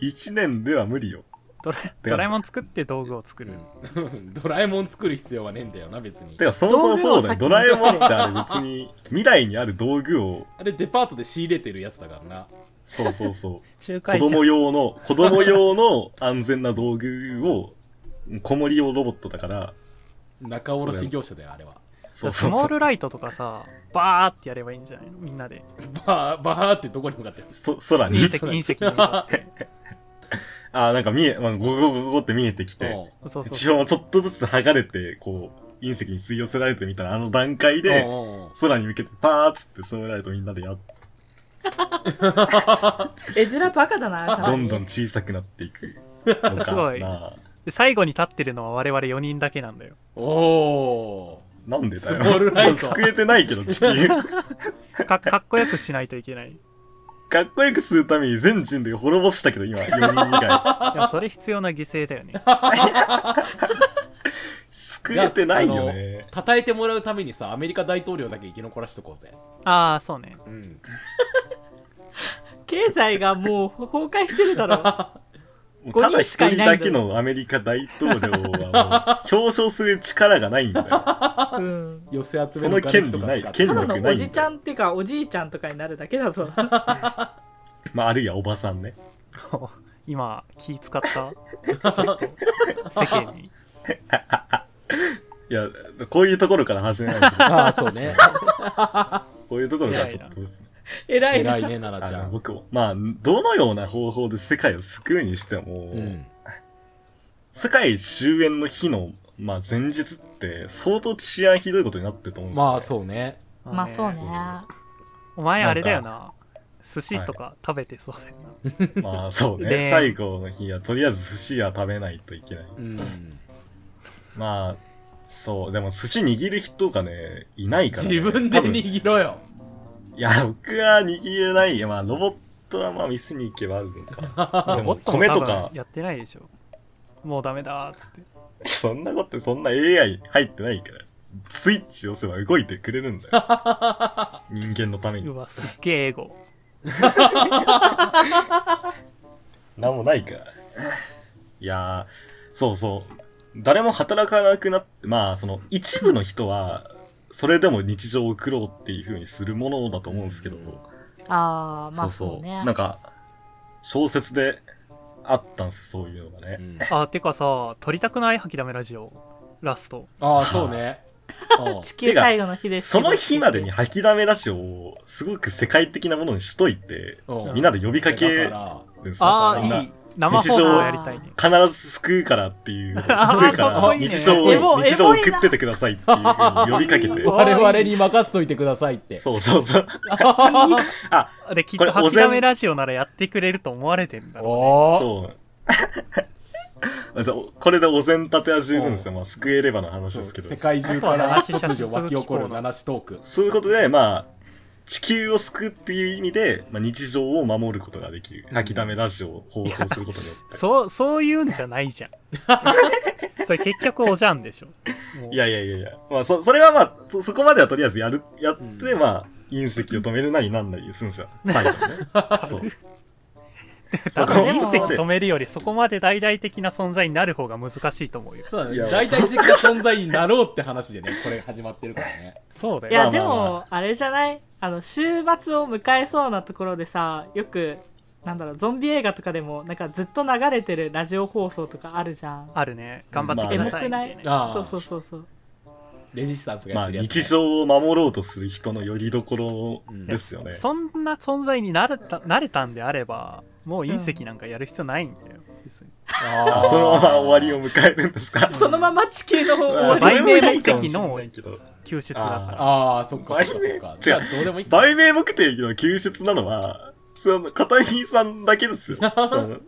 Speaker 3: 1年では無理よ。
Speaker 4: ドラドラえもん作って道具を作る、
Speaker 2: うんドラえもん作る必要はねえんだよな別に
Speaker 3: てか、そもそもそうだよ。
Speaker 1: 道
Speaker 3: ド
Speaker 1: 具を
Speaker 3: ラ
Speaker 1: 先
Speaker 3: え
Speaker 1: に
Speaker 3: もんってあれ別に、未来にある道具を、
Speaker 2: あれデパートで仕入れてるやつだからな
Speaker 3: そうそ
Speaker 1: <laughs>
Speaker 3: うそう。子
Speaker 4: 仲介者
Speaker 3: 供用の、子供用の安全な道具を、子守用ロボットだから、
Speaker 2: 仲卸業者だよあれは
Speaker 3: そう
Speaker 4: ス
Speaker 3: そう
Speaker 4: モ
Speaker 3: そ
Speaker 4: ー
Speaker 3: う。
Speaker 4: ルライトとかさバーってやればいいんじゃないのみんなで
Speaker 2: バーバーってどこに向かって
Speaker 3: そ空に
Speaker 4: 隕石隕石に向かって
Speaker 3: ああ、なんか見え、まあ、ゴゴゴゴゴって見えてきて、
Speaker 2: う
Speaker 4: そうそう
Speaker 3: 地
Speaker 4: そう
Speaker 3: 表もちょっとずつ剥がれて、こう、隕石に吸い寄せられてみたいな、あの段階
Speaker 2: ん
Speaker 3: で、
Speaker 2: うんうん
Speaker 3: 空に向けてパーッつって、ソーライトみんなでやっ、
Speaker 1: 絵面バカだな
Speaker 3: ど
Speaker 1: か
Speaker 3: んどん小さくなっていくのかな。
Speaker 4: すごいで最後に立ってるのは我々4人だけなんだよ
Speaker 2: おお
Speaker 3: なんでだよ。
Speaker 2: スモールライト
Speaker 3: そう救えてないけど、地球。
Speaker 4: かかっこよくしないといけない
Speaker 3: かっこよくするために全人類滅ぼしたけど、今、4人以外。
Speaker 4: でもそれ必要な犠牲だよね
Speaker 3: 救えてないよね。
Speaker 2: たたえてもらうためにさアメリカ大統領だけ生き残らしとこうぜ
Speaker 4: ああそうね
Speaker 2: うん
Speaker 1: 経済がもう崩壊してるだろ
Speaker 3: もう
Speaker 1: 五
Speaker 3: ただ
Speaker 1: 人
Speaker 3: 一
Speaker 1: しかい
Speaker 3: 人
Speaker 1: ないん
Speaker 3: だ
Speaker 1: だよ
Speaker 3: けのアメリカ大統領はもう、表彰する力がないんだよ。
Speaker 1: う
Speaker 3: <laughs>
Speaker 1: ん
Speaker 2: 寄せ集
Speaker 3: そ
Speaker 2: め
Speaker 3: の
Speaker 2: の
Speaker 3: 権利ない
Speaker 2: ガ。レ
Speaker 3: 権
Speaker 1: ただ
Speaker 3: 力ないん
Speaker 1: の
Speaker 3: だ
Speaker 1: お
Speaker 3: よ
Speaker 1: じちゃんってかおじいちゃんとかになるだけだ
Speaker 3: <laughs>
Speaker 1: ぞ
Speaker 3: まあ、あるいはおばさんね。
Speaker 4: 今気使ったちょっと世間に
Speaker 3: いや、こういうところから始めないと。
Speaker 2: <laughs> とか使ってああそうね
Speaker 3: こういうところからちょっとずつ。
Speaker 1: 偉い
Speaker 2: <laughs> 偉
Speaker 1: ない
Speaker 2: ね奈
Speaker 3: あ
Speaker 2: 々ちゃ
Speaker 3: の、
Speaker 2: ん
Speaker 3: 僕も。まあ、どのような方法で世界を救うにしても、
Speaker 2: うん
Speaker 3: 世界終焉の日の、まあ、前日って、相当治安ひどいことになってると思うんですよ、ね。
Speaker 2: まあそうね
Speaker 1: <laughs> まあそうね
Speaker 4: お前あれだよな寿司とか食べてそうだよな、
Speaker 3: まあそう
Speaker 4: ね
Speaker 3: ね。最後の日は、とりあえず寿司は食べないといけない。
Speaker 2: うん
Speaker 3: まあ、そう。でも寿司握る人がね、いないから、ね。
Speaker 2: 自分で
Speaker 3: 多分い
Speaker 2: 握ろよ
Speaker 3: や、僕は握れない。まあ、ロボットはまあ、店に行けばあるのか。で
Speaker 4: ロボ
Speaker 3: も、
Speaker 4: ットも
Speaker 3: 米
Speaker 4: 多
Speaker 3: と
Speaker 4: 分
Speaker 3: か、
Speaker 4: やってないでしょもうダメだーっつっ
Speaker 3: <laughs>
Speaker 4: て
Speaker 3: そんなこと、そんな AI 入ってないから。スイッチ押せば動いてくれるんだよ。人間のために
Speaker 4: う。わすっげえエゴ
Speaker 3: なんもないから。いやー、そうそう。誰も働かなくなって、まあ、その、一部の人は、それでも日常を送ろうっていう風にするものだと思うんですけど、
Speaker 2: うん
Speaker 1: あーま
Speaker 3: そ
Speaker 1: あ
Speaker 3: う
Speaker 1: そ
Speaker 3: そうう。
Speaker 1: ね
Speaker 3: なんか、小説であったんですよ、そういうのがね。
Speaker 2: うん
Speaker 4: あてかさ撮りたくない吐きだめラジオラスト
Speaker 2: ああそう
Speaker 3: <laughs>
Speaker 2: ねうん
Speaker 1: 地球最後の日です
Speaker 3: その日までに吐きだめ出しを、すごく世界的なものにしといて、
Speaker 2: うん
Speaker 3: みんなで呼びかけ
Speaker 2: だ
Speaker 3: る
Speaker 2: から
Speaker 3: んですよ。
Speaker 4: あ
Speaker 3: みん
Speaker 4: あ
Speaker 3: ない
Speaker 4: い生放送やりたいね
Speaker 3: 必ず救うからっていう、救う
Speaker 4: あー
Speaker 3: か
Speaker 4: かっこ
Speaker 3: ら
Speaker 4: いいね
Speaker 3: 日常
Speaker 1: エモ
Speaker 3: を、日常を
Speaker 1: エモいな
Speaker 3: 送っててくださいっていう風に呼びかけて。
Speaker 2: <laughs> 我々に任せといてくださいって
Speaker 3: そうそうそう。あ、
Speaker 4: できっ
Speaker 3: ことれ
Speaker 4: 吐きだめラジオならやってくれると思われてんだろ
Speaker 2: おお
Speaker 3: そう。そう <laughs> これでお膳立ては十分ですよ。まあ、救えればの話ですけ
Speaker 2: 世
Speaker 3: ど。
Speaker 2: 界中から
Speaker 4: あ
Speaker 2: 突
Speaker 4: とは七
Speaker 2: 如湧き起こる七種トーク
Speaker 3: そういうことで、まあ、地球を救うっていう意味で、まあ、日常を守ることができる。吐きだめラジオを放送することによって。
Speaker 4: そうそういうんじゃない
Speaker 3: <laughs>
Speaker 4: じゃんそれ結局おじゃんでしょもう
Speaker 3: いやいやいやいや。まあ、そ、それはまあ、そ、そこまではとりあえずやる、やって、
Speaker 2: うん
Speaker 3: まあ、隕石を止めるなりなんなりするんで
Speaker 2: <laughs>
Speaker 3: すよ。最後にね。そう。そ
Speaker 4: だ
Speaker 3: こ
Speaker 4: か
Speaker 1: で
Speaker 4: ら
Speaker 1: も
Speaker 4: 隕石止めるよりそこまで大々的な存在になる方が難しいと思うよ
Speaker 2: そうだね
Speaker 3: いや
Speaker 2: 大体的な存在になろうって話
Speaker 3: <laughs>
Speaker 2: でねこれ始まってるからね
Speaker 4: そうだ
Speaker 1: い
Speaker 4: よ
Speaker 1: やで
Speaker 3: まあまあ
Speaker 1: もあれじゃないあの週末を迎えそうなところでさよくなんだろうゾンビ映画とかでもなんかずっと流れてるラジオ放送とかあるじゃん
Speaker 4: あるね頑張ってくださいみた
Speaker 1: エ
Speaker 4: いな、
Speaker 1: モくない
Speaker 2: あー
Speaker 1: そうそうそうそう
Speaker 2: レジスタンスが
Speaker 3: ま
Speaker 2: やっ
Speaker 3: あ
Speaker 2: てるやつ、
Speaker 3: 日常を守ろうとする人の拠り所ですよね。
Speaker 4: そんな存在になれた慣れたんであればもう隕石なんかやる必要ないんだよ、別に
Speaker 2: あ
Speaker 3: あ
Speaker 2: ー
Speaker 3: そのまま終わりを迎えるんですか
Speaker 1: そのまま地球の方
Speaker 3: まあ
Speaker 1: を
Speaker 3: それもいい
Speaker 4: 売名
Speaker 3: かも
Speaker 4: 目的
Speaker 3: しれ
Speaker 4: の
Speaker 3: ないけど
Speaker 4: 救出だか
Speaker 2: あーそっかそっかそっか
Speaker 3: 売名
Speaker 2: じゃあどうでもいいか
Speaker 3: 売名目的の救出なのは、その、片桐さんだ
Speaker 2: <laughs>
Speaker 3: けですよ。その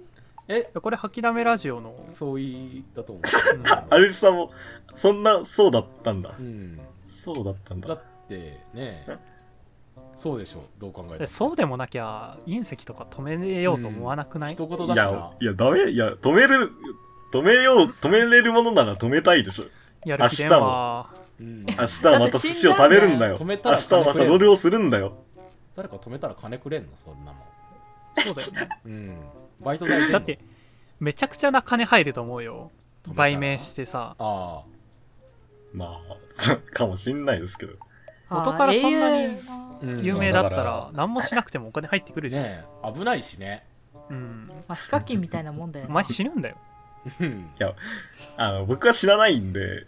Speaker 2: え
Speaker 4: らこれ「吐きだめラジオ」の
Speaker 2: そういだと思う
Speaker 3: <laughs> あるじさんも、そんな、そうだったんだ
Speaker 2: う。ん
Speaker 3: そうだったん
Speaker 2: だ
Speaker 3: だ。
Speaker 2: ってねそうでしょどう考えて
Speaker 4: え
Speaker 2: も
Speaker 4: そうでもなきゃ隕石とか止めようと思わなくない、
Speaker 2: 一言だ
Speaker 3: い
Speaker 2: しな
Speaker 3: や、いや、ダメ、いや、止める、止めよう、止めれるものなら止めたいでしょ。
Speaker 4: やる気でんわ
Speaker 2: うん
Speaker 3: 明日はまた寿司を食べるんだ
Speaker 2: だって死んだん
Speaker 3: よ。明
Speaker 2: だよ
Speaker 3: 日
Speaker 2: 止めたら
Speaker 3: はまたロールをするんだよ。
Speaker 2: 誰か止めたら金くれんのそんなもん
Speaker 4: そうだよね
Speaker 2: うんバイト代
Speaker 4: だってめちゃくちゃな金入ると思うよ
Speaker 2: 止めたら
Speaker 4: 売名してさ
Speaker 2: あ
Speaker 3: まあ、 <laughs> そうかもしんないですけど。
Speaker 4: 元からそんなに
Speaker 2: あ、うん
Speaker 4: 有名だった
Speaker 3: だからら
Speaker 4: 何もしなくてもお金入ってくるじゃん、
Speaker 2: ねえ危ないしね
Speaker 4: うん
Speaker 1: まあ、ヒカキンみたいなもんだよ
Speaker 4: お
Speaker 1: ね
Speaker 4: 前死ぬんだよ
Speaker 2: うん
Speaker 3: あの、僕は知らないんで、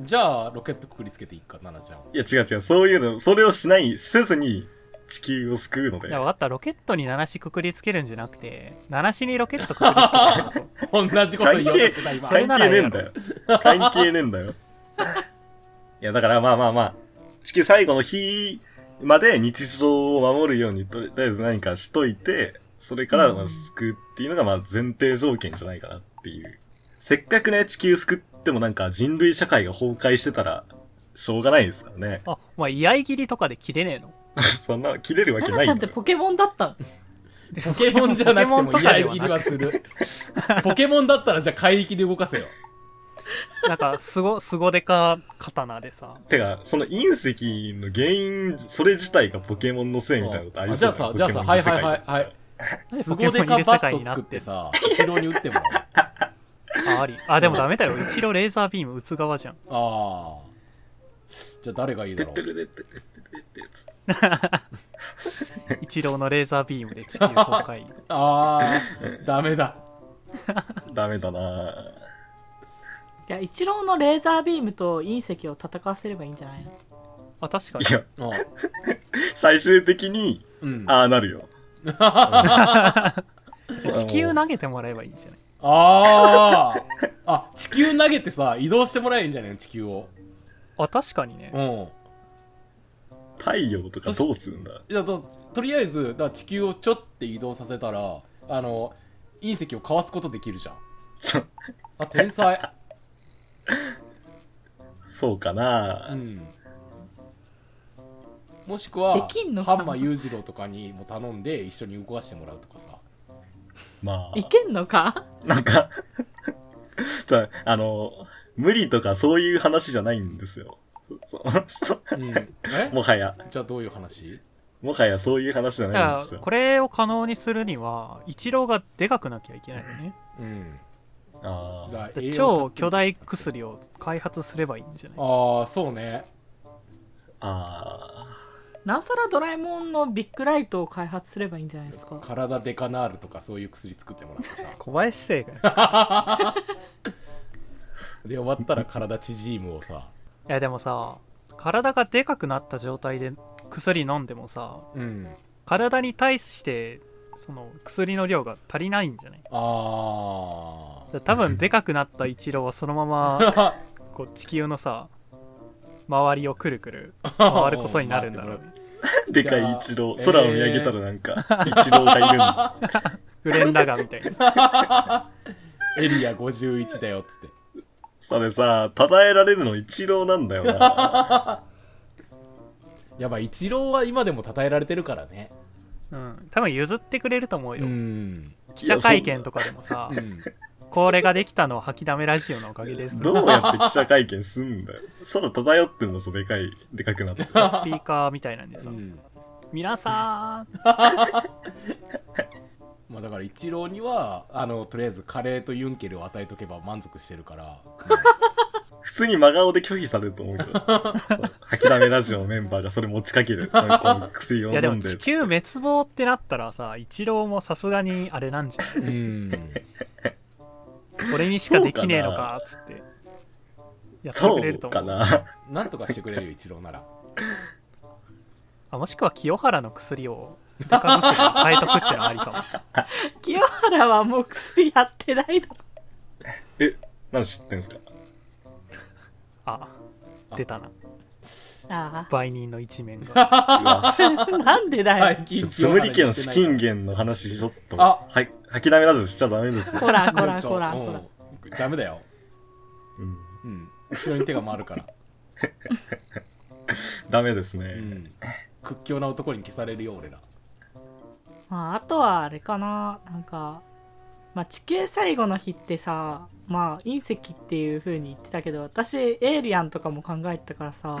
Speaker 2: じゃあロケットくくりつけていくか奈々ちゃんを
Speaker 3: いや違う違う、そういうの、それをしない、せずに地球を救うので
Speaker 4: いや。分かったロケットに七しくくりつけるんじゃなくて七しにロケットくくりつけてみましょう
Speaker 2: 同じこと言おうとしてた今
Speaker 4: それ
Speaker 3: 関
Speaker 4: なら
Speaker 3: 係ね
Speaker 4: え
Speaker 3: え
Speaker 4: えや
Speaker 3: ん
Speaker 4: ろ
Speaker 3: だよ。関係ねえんだよ。いや、だからまあまあまあ、地球最後の日まで日常を守るようにとりあえず何かしといて、それからまあ救うっていうのがまあ前提条件じゃないかなっていう。せっかくね、地球救ってもなんか人類社会が崩壊してたら、しょうがないですからね。
Speaker 4: あお前居合切りとかで切れねえの
Speaker 3: そんな、切れるわけ
Speaker 1: 奈
Speaker 3: な
Speaker 1: 々
Speaker 3: い
Speaker 1: ちゃん
Speaker 3: ん
Speaker 1: っ
Speaker 3: だ
Speaker 1: て
Speaker 3: よ。
Speaker 1: ポケモンだったの
Speaker 2: ポケモンじゃなくても
Speaker 4: ポケモンとかで
Speaker 2: 居合
Speaker 4: は
Speaker 2: 切り
Speaker 4: なく
Speaker 2: はするポケモンだったらじゃあ怪力で動かせよ
Speaker 4: なんかすごすごでか刀でさ
Speaker 3: てか、その隕石の原因、それ自体がポケモンのせいみたいなことあり
Speaker 2: じ
Speaker 3: そ
Speaker 2: ゃ
Speaker 3: う
Speaker 2: あさ
Speaker 3: だな
Speaker 2: じゃあさはいはいはいはい
Speaker 4: なんですポケ
Speaker 2: ご
Speaker 4: モン
Speaker 2: で
Speaker 4: いる
Speaker 2: か
Speaker 4: 世
Speaker 2: バ
Speaker 4: 界
Speaker 2: ッ
Speaker 4: に
Speaker 2: ト
Speaker 4: な
Speaker 2: 作
Speaker 4: っ
Speaker 2: っててさ一郎に打ってもらう
Speaker 4: あありあでもダメだよ一応レーザービーム打つ側じゃん
Speaker 2: ああじゃあ誰がいいだ
Speaker 3: ポケ
Speaker 2: ろ
Speaker 3: モンの
Speaker 2: う
Speaker 3: 世界てってるてってるてってるてってるてって
Speaker 4: 一郎のレーザービームで地球崩壊
Speaker 2: <laughs> ああダメだ
Speaker 3: ダメだなぁ
Speaker 1: いや一郎のレーザービームと隕石を戦わせればいいんじゃないの
Speaker 4: あ確かに
Speaker 3: いや、
Speaker 2: うん
Speaker 3: 最終的に、
Speaker 2: うんあ
Speaker 3: ああなるよ。
Speaker 4: 地球投げてもらえばいいんじゃない
Speaker 2: あーあ地球投げてさ移動してもらえんじゃねえの地球を
Speaker 4: あ確かにね
Speaker 2: うん
Speaker 3: 太陽とかどうするんだ
Speaker 2: じゃあととりあえずだから地球をちょって移動させたらあの隕石をかわすことできるじゃん
Speaker 3: ちょ、
Speaker 2: あ天
Speaker 3: <laughs>
Speaker 2: 才
Speaker 3: そうか
Speaker 2: う
Speaker 3: なぁ
Speaker 2: んもしくは
Speaker 1: できんの
Speaker 2: ハ
Speaker 1: か
Speaker 2: ンマー裕次郎とかにも頼んで一緒に動かしてもらうとかさ
Speaker 3: ま
Speaker 1: いけんのか
Speaker 3: あ、なんか、さあの、無理とかそういう話じゃないんですよ。そそ <laughs>
Speaker 2: うんえ
Speaker 3: もはや、
Speaker 2: じゃあどういう話
Speaker 3: もはやそういう話じゃ
Speaker 4: だ
Speaker 3: ないんで
Speaker 4: か
Speaker 3: す
Speaker 4: ら
Speaker 3: よ。
Speaker 4: これを可能にするには一郎がでかくなきゃいけないよね
Speaker 2: うん
Speaker 3: あ
Speaker 2: だ
Speaker 3: ー
Speaker 2: から栄養
Speaker 4: 超巨大薬を開発すればいいんじゃない
Speaker 2: ああそうね
Speaker 3: あ
Speaker 1: なおさらドラえもんのビッグライトを開発すればいいんじゃないですか <laughs>
Speaker 2: 体デカナールとかそういう薬作ってもらってさ
Speaker 4: 小林製がい
Speaker 2: で終わったら体縮むをさ
Speaker 4: やでもさ体がでかくなった状態で薬飲んでもさ
Speaker 2: うん
Speaker 4: 体に対してその薬の量が足りないんじゃない
Speaker 2: あ
Speaker 4: だ多分でかくなった一郎はその
Speaker 2: <laughs>
Speaker 4: まま
Speaker 2: あ
Speaker 4: こう地球のさ周りをくるくる回ることになるんだろうね
Speaker 3: ーでかい一郎。空を見上げたらなんか、一郎がいるんだ。
Speaker 4: グレンラガーみたいなさ
Speaker 2: エリア51だよっつって
Speaker 3: それさ、称えられるの一郎なんだよな。
Speaker 2: やばい一郎は今でも称えられてるからね
Speaker 4: うん多分譲ってくれると思うよ、
Speaker 2: ん、
Speaker 4: 記者会見とかでもさ
Speaker 2: うん、
Speaker 4: これができたのは吐きだめラジオのおかげです
Speaker 3: どうやって記者会見すんだよ。空漂ってんだぞ、でかい、でかくなって。
Speaker 4: スピーカーみたいなんでさ、皆さん
Speaker 2: まあだから一郎にはあのとりあえずカレーとユンケルを与えとけば満足してるから
Speaker 3: 普通に真顔で拒否されると思うけど。吐きだめラジオのメンバーがそれ持ちかける。なんかこの薬を
Speaker 4: いやで
Speaker 3: 飲
Speaker 4: も
Speaker 3: んで。
Speaker 4: 地球滅亡ってなったらさ一郎もさすがにあれなんじゃ
Speaker 2: うん
Speaker 4: ん俺にしかできねえのかっつってやって
Speaker 3: そ
Speaker 4: くれ
Speaker 3: う
Speaker 4: ると思
Speaker 3: か
Speaker 4: う
Speaker 3: な。
Speaker 2: <laughs> なんとかしてくれるよ一郎なら
Speaker 4: あもしくは清原の薬をデカミスに変えとくってのはありかも
Speaker 1: 清原はもう薬やってないだろ
Speaker 3: え、なん知ってんすか
Speaker 4: あ出たな
Speaker 1: あ
Speaker 4: 売人の一面が
Speaker 3: う
Speaker 4: <laughs>
Speaker 3: わ
Speaker 1: あなんでだよ、
Speaker 2: 最近
Speaker 3: ちょっとつむり家の資
Speaker 2: <laughs>
Speaker 3: 金源の話ちょっと、
Speaker 2: あ
Speaker 3: は吐きだめなずしちゃダメですよ。
Speaker 1: こらこ
Speaker 2: ほ
Speaker 1: らこらこら
Speaker 2: ダメだよ
Speaker 3: うん
Speaker 2: うん後ろに手が回る
Speaker 3: <laughs>
Speaker 2: から
Speaker 3: ダメです
Speaker 2: う
Speaker 3: ね。
Speaker 2: ん屈強な男に消されるよ俺ら
Speaker 1: まあ、あとはあれかななんか、まあ、地球最後の日ってさ、まあ、隕石っていう風に言ってたけど私エイリアンとかも考えてたからさ
Speaker 2: ああ
Speaker 4: あ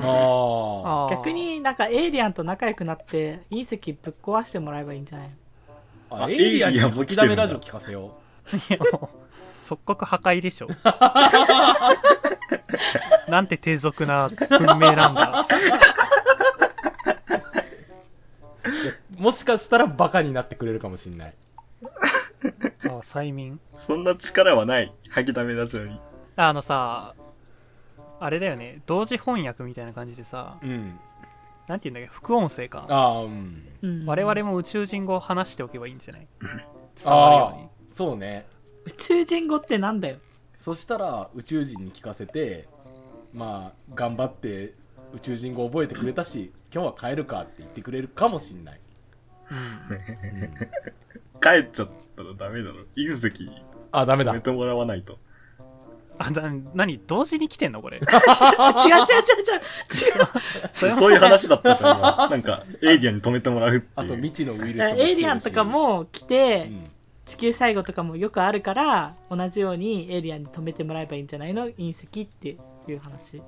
Speaker 4: ー
Speaker 1: 逆になんかエイリアンと仲良くなって隕石ぶっ壊してもらえばいいんじゃないの
Speaker 2: あ
Speaker 3: あ
Speaker 2: エイリアンに
Speaker 3: エイリアンも
Speaker 2: 吐き
Speaker 3: 来て
Speaker 2: だ
Speaker 3: るん
Speaker 2: め
Speaker 3: だ
Speaker 2: ラジオ聞かせよ
Speaker 4: いやもう <laughs> 即刻破壊でしょなんて低俗な文明なんだ
Speaker 2: うもしかしたらバカになってくれるかもしんない
Speaker 4: あ催眠
Speaker 3: そんな力はない。吐きだめなずに。
Speaker 4: あのさあれだよね同時翻訳みたいな感じでさ
Speaker 2: うん
Speaker 4: なんて言うんだっけ副音声か
Speaker 2: ああうん
Speaker 1: うん
Speaker 4: 我々も宇宙人語を話しておけばいいん
Speaker 1: <laughs>
Speaker 4: じゃない伝わるように
Speaker 2: あーそうね
Speaker 1: 宇宙人語ってなんだ
Speaker 4: <laughs>
Speaker 1: よ
Speaker 2: そしたら宇宙人に聞かせてまあ頑張って宇宙人語覚えてくれたし今日は帰るかって言ってくれるかもしんない、うん
Speaker 3: 帰っちゃったらダメだろ。隕石、
Speaker 2: あダメ
Speaker 3: 止
Speaker 2: だ
Speaker 3: めてもらわないと。
Speaker 4: あな何同時に来てんのこれ
Speaker 1: 違う違う違う違う違う
Speaker 4: それも
Speaker 3: そういう話だったじゃん、今。なんか、エイリアンに止めてもらうっていう。
Speaker 2: あと未知のウイルスも来てるし
Speaker 1: エイリアンとか、も来
Speaker 2: う
Speaker 1: て、
Speaker 2: ん
Speaker 1: 地球最後とかもよくあるから同じようにエイリアンに止めてもらえばいいんじゃないの隕石っていう話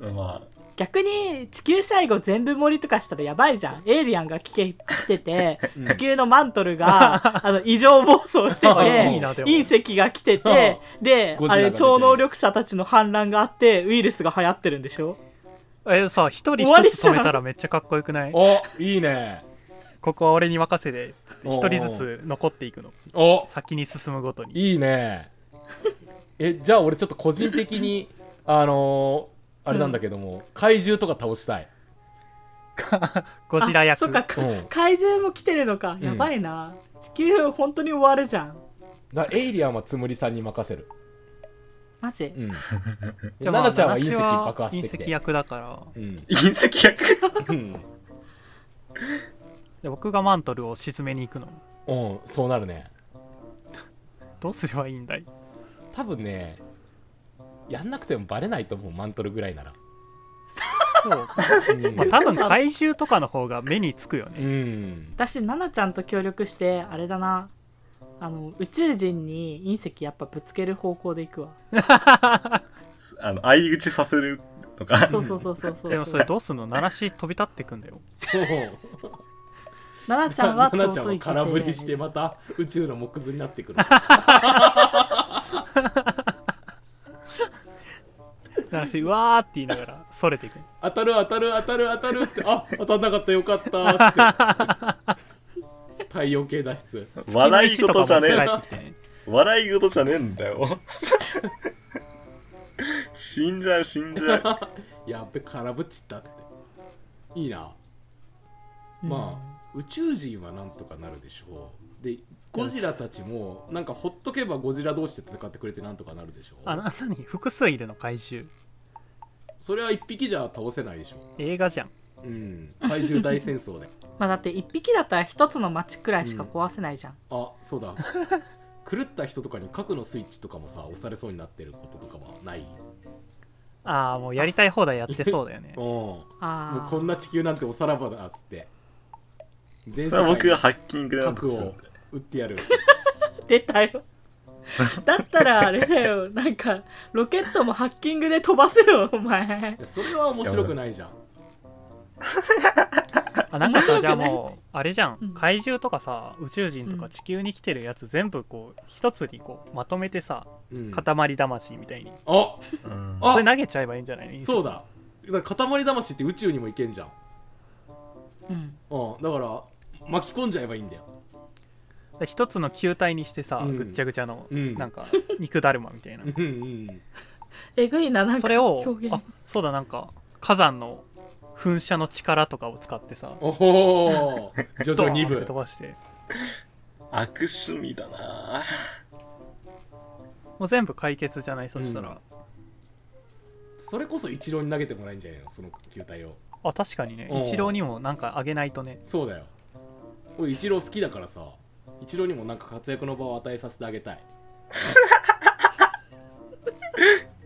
Speaker 3: ま
Speaker 1: 逆に地球最後全部盛りとかしたらやばいじゃんエイリアンが来て来てて
Speaker 2: <laughs> うん
Speaker 1: 地球のマントルが
Speaker 2: <laughs>
Speaker 1: あの異常暴走してて
Speaker 2: あいい
Speaker 4: なでも
Speaker 1: 隕石が来ててで
Speaker 2: ゴジ
Speaker 1: あ
Speaker 2: ラが出
Speaker 1: れ
Speaker 2: て
Speaker 1: 超能力者たちの反乱があってウイルスが流行ってるんでしょ
Speaker 4: えさ一人
Speaker 1: 終わり
Speaker 4: 一つ
Speaker 1: じゃ
Speaker 4: 止
Speaker 1: ん
Speaker 4: めたらめっちゃかっこよくない
Speaker 2: おいいね
Speaker 4: ここは俺に任せてつって
Speaker 2: おう
Speaker 4: 一人ずつ残っていくの
Speaker 2: お
Speaker 4: 先に進むごとに
Speaker 2: いいね <laughs> えじゃあ俺ちょっと個人的にあのー、あれなんだけども、怪獣とか倒したい、
Speaker 4: ゴジラ
Speaker 1: あそ
Speaker 4: 役
Speaker 1: っかか
Speaker 2: うん
Speaker 1: 怪獣も来てるのか
Speaker 2: ん
Speaker 1: やばいな、地球本当に終わるじゃん
Speaker 2: だエイリアンはつむりさんに任せる
Speaker 1: マジ
Speaker 2: うん
Speaker 4: じゃあ
Speaker 2: 奈々ちゃんは隕
Speaker 4: 私
Speaker 2: 石爆破してき
Speaker 4: 隕石
Speaker 2: て
Speaker 4: 役だから
Speaker 2: うん
Speaker 3: あ、隕石
Speaker 2: う
Speaker 3: 役
Speaker 2: ん
Speaker 4: で僕がマントルを沈めに行くの
Speaker 2: うん、 <laughs> そうなるね
Speaker 4: どうすればいいんだい
Speaker 2: 多分ねやんなくてもバレないと思うマントルぐらいなら
Speaker 4: そう
Speaker 2: うん
Speaker 4: まあ、多分怪獣とかの方が目につくよ
Speaker 2: う
Speaker 4: ね
Speaker 2: ん
Speaker 1: 私奈々ちゃんと協力してあれだなあの宇宙人に隕石やっぱぶつける方向でいくわ
Speaker 3: あの、相打ちさせるとか。
Speaker 1: そうそうそうそう
Speaker 2: <laughs>
Speaker 1: そう
Speaker 4: でもそれどうすんの鳴らし飛び立ってくんだよ
Speaker 1: 奈々
Speaker 2: <laughs>
Speaker 1: ちゃんは
Speaker 2: 奈々ちゃん
Speaker 1: 尊
Speaker 2: はい空振り
Speaker 1: 犠
Speaker 2: し
Speaker 1: 牲だ
Speaker 2: て
Speaker 1: よね
Speaker 2: また宇宙の木図になってくる
Speaker 4: 鳴らしうわーって言いながらそれていく
Speaker 2: 当たる当たる当たる当たるっつってあ当たんなかったよかったっつって太陽系脱出
Speaker 3: 笑い事じゃね
Speaker 4: 月
Speaker 3: え。
Speaker 4: の石とか持って帰ってきてね
Speaker 3: 笑い事じゃねえんだよ。死んじゃう、死んじゃう。
Speaker 2: やっべ空ぶっちったっつっていいなまあ、宇宙人はなんとかなるでしょうでゴジラたちもなんかほっとけばゴジラ同士で戦ってくれてなんとかなるでしょ
Speaker 4: あ
Speaker 2: う
Speaker 4: な何複数いるの怪獣
Speaker 2: それは一匹じゃ倒せないでしょ
Speaker 4: 映画じゃん
Speaker 2: う、うん、怪獣大戦争で
Speaker 1: まあだって一匹だったら一つの町くらいしか壊せないじゃん、
Speaker 2: あそうだ狂った人とかに核のスイッチとかもさ押されそうになってることとかはない
Speaker 4: ああもうやりたい放題やってそうだよね
Speaker 2: うんもう
Speaker 1: あ
Speaker 2: こんな地球なんておさらばだっつって全
Speaker 3: それは僕が
Speaker 2: に
Speaker 3: ハッキングなんで
Speaker 2: 核
Speaker 3: す
Speaker 2: を
Speaker 3: よ。
Speaker 2: 撃ってやる
Speaker 1: あ出たよだったらあれだ
Speaker 2: <laughs>
Speaker 1: よなんかロケットもハッキングで飛ばせよお前
Speaker 2: いやそれは面白くないじゃん
Speaker 4: あなん
Speaker 1: <laughs>
Speaker 4: かさじゃあもうあれじゃ
Speaker 1: うん
Speaker 4: ん怪獣とかさ宇宙人と
Speaker 1: う
Speaker 4: か
Speaker 1: ん
Speaker 4: 地球に来てるやつ全部こう一つにこうまとめてさ
Speaker 2: うん、
Speaker 4: 塊魂みたいに
Speaker 2: あ
Speaker 3: うん
Speaker 2: あ
Speaker 4: それ投げちゃえばいいんじゃないの
Speaker 2: そうだだから塊魂って宇宙にも行けんじゃん、
Speaker 1: うん
Speaker 2: うん、だから巻き込んじゃえばいいんだよ
Speaker 4: で一つの球体にしてさ、
Speaker 2: うん
Speaker 4: ぐっちゃぐちゃの、
Speaker 2: うん
Speaker 4: なんか肉だるまみたいな
Speaker 2: うんうん
Speaker 1: えぐいな、なんか
Speaker 4: それを
Speaker 1: 表現
Speaker 4: あ。そうだなんか火山の噴射の力とかを使ってさ
Speaker 2: おお
Speaker 4: <laughs>
Speaker 2: ジョジ
Speaker 4: ド
Speaker 2: ョ
Speaker 4: ーン
Speaker 2: 2
Speaker 4: って
Speaker 2: 部
Speaker 4: 飛ばして
Speaker 3: 悪趣味だな
Speaker 4: もう全部解決じゃないそしたら、
Speaker 2: それこそ一郎に投げてもらえんじゃないのその球体を
Speaker 4: あ確かにね
Speaker 2: うん
Speaker 4: 一郎にもなんかあげないとね
Speaker 2: そうだよ俺一郎好きだからさ一郎にもなんか活躍の場を与えさせてあげたい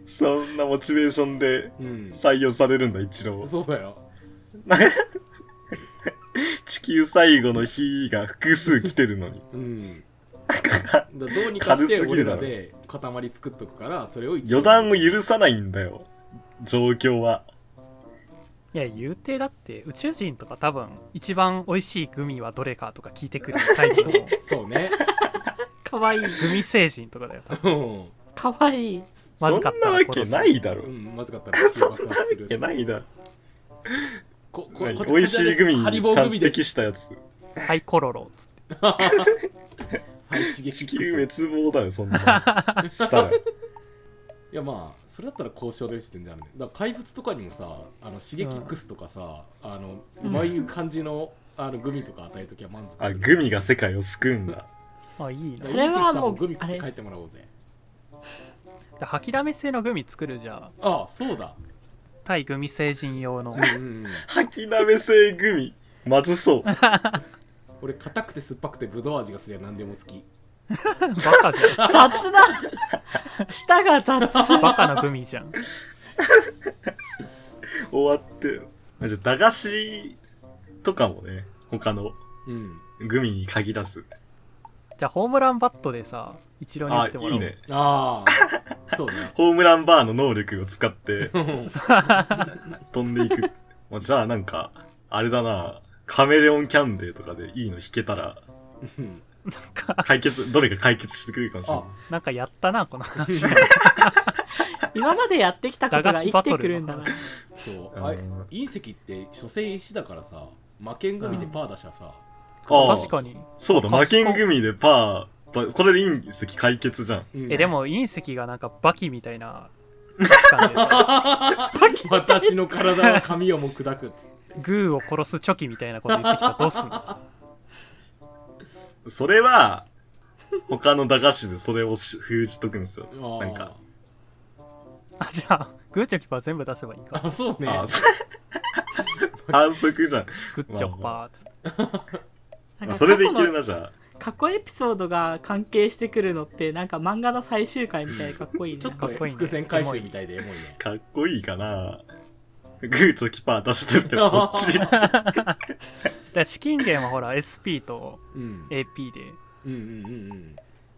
Speaker 3: そんなモチベーションで
Speaker 2: うん
Speaker 3: 採用されるんだ、一郎。
Speaker 2: そうだよ
Speaker 3: 地球最後の日が複数来てるのに。
Speaker 2: うんだからどうにかして俺らで塊作っとくからそれを一郎
Speaker 3: 予
Speaker 2: に
Speaker 3: 断を許さないんだよ。状況は。
Speaker 4: いや言うてだって宇宙人とか多分一番美味しいグミはどれかとか聞いてくるタイプのグ
Speaker 2: そうね
Speaker 1: かわいい。
Speaker 4: ミ星人とかだよ多分
Speaker 2: うん
Speaker 1: かわいい。
Speaker 4: ま
Speaker 3: そ
Speaker 4: ず
Speaker 3: ん
Speaker 4: か
Speaker 3: な
Speaker 4: ったら
Speaker 3: わけないだろ。
Speaker 2: うんまずかったら爆発する
Speaker 3: いや、ないだろ。
Speaker 2: こここっち
Speaker 3: 美味しいグミに
Speaker 2: ハリボ
Speaker 3: ち
Speaker 2: ー
Speaker 3: ゃ
Speaker 2: グ
Speaker 3: ん
Speaker 2: ミ
Speaker 3: と
Speaker 2: です
Speaker 3: 適したやつ。
Speaker 4: ハイコロロっつって
Speaker 2: はい刺激
Speaker 3: 地球滅亡だよ、そんな
Speaker 2: <laughs>
Speaker 3: の。したら。
Speaker 2: いやまあそれだったら交渉でるし全然あるねだから怪物とかにもさあのシゲキックスとかさ、あのうまい感じのあのグミとか与えときは満足する
Speaker 3: あ、グミが世界を救うんだ。
Speaker 4: あいいな
Speaker 2: だ
Speaker 1: そ
Speaker 2: か
Speaker 1: れ
Speaker 2: ら
Speaker 1: は
Speaker 2: 隕石さん
Speaker 1: もう
Speaker 2: もグミ食っ
Speaker 1: あ
Speaker 2: て
Speaker 1: れ
Speaker 2: 帰ってもらおうぜ
Speaker 4: で吐きだめ性のグミ作るじゃあ
Speaker 2: ああそうだ
Speaker 4: 対グミ星人用の
Speaker 2: うんうんうん
Speaker 3: 吐きなめ性グミ。まずそう。
Speaker 2: 俺硬くて酸っぱくてぶどう味がすりゃ何でも好き
Speaker 4: バカじゃ
Speaker 1: 雑な舌が雑。
Speaker 4: んバカなグミじゃん
Speaker 3: 終わってよあじゃあ、駄菓子とかもね、他の
Speaker 2: うん
Speaker 3: グミに限らず。
Speaker 4: じゃあホームランバットでさ一郎に打
Speaker 3: あ
Speaker 4: って、もらおう
Speaker 3: いいね。
Speaker 2: ああそうね
Speaker 3: ホームランバーの能力を使って <laughs>
Speaker 2: ん、
Speaker 3: 飛んでいく。 <laughs> まあじゃあなんか、あれだな、カメレオンキャンデーとかでいいの弾けたら、
Speaker 2: うん
Speaker 4: なんか
Speaker 3: 解決、どれか解決してくれるかもしれない
Speaker 2: あ。
Speaker 4: <laughs> なんかやったなこの話
Speaker 1: 今までやってきたことが生きてくるんだな
Speaker 4: 駄菓。
Speaker 2: そう
Speaker 3: うん
Speaker 2: あ隕石って所詮石だからさ魔剣グミでパー出しゃさ、
Speaker 3: あ
Speaker 4: 確かに
Speaker 3: そうだ、
Speaker 4: 賢い
Speaker 3: 魔剣グミでパーだ、これで隕石解決じゃん。
Speaker 2: うん
Speaker 4: えでも隕石がなんかバキみたいな感じ
Speaker 2: 私の体は髪をも砕くっつ
Speaker 4: グーを殺すチョキみたいなこと言ってきたらどうすんの
Speaker 3: それは、他の駄菓子でそれをし封じとくんですよ。なんか、
Speaker 4: あじゃあグーチョキパー全部出せばいいか
Speaker 2: あーそうね
Speaker 3: あ、そう <laughs> 反則じゃん。
Speaker 4: グッチョッパーっつって
Speaker 1: なん
Speaker 3: まあ
Speaker 1: か
Speaker 3: それでいけ
Speaker 1: 過去
Speaker 3: る
Speaker 1: の
Speaker 3: な、じゃあ。
Speaker 1: 過去エピソードが関係してくるのってなんか漫画の最終回みたいでかっこいいね
Speaker 2: ちょっ
Speaker 4: か
Speaker 2: と
Speaker 4: っこいいね
Speaker 2: 伏線回収みたいでエモいね
Speaker 3: かっこいいかなグーチョキパー出してってこ
Speaker 2: <laughs>
Speaker 3: っち。
Speaker 4: だから資金源はほら SP と
Speaker 2: うん、
Speaker 4: AP で
Speaker 2: うんうんうんうん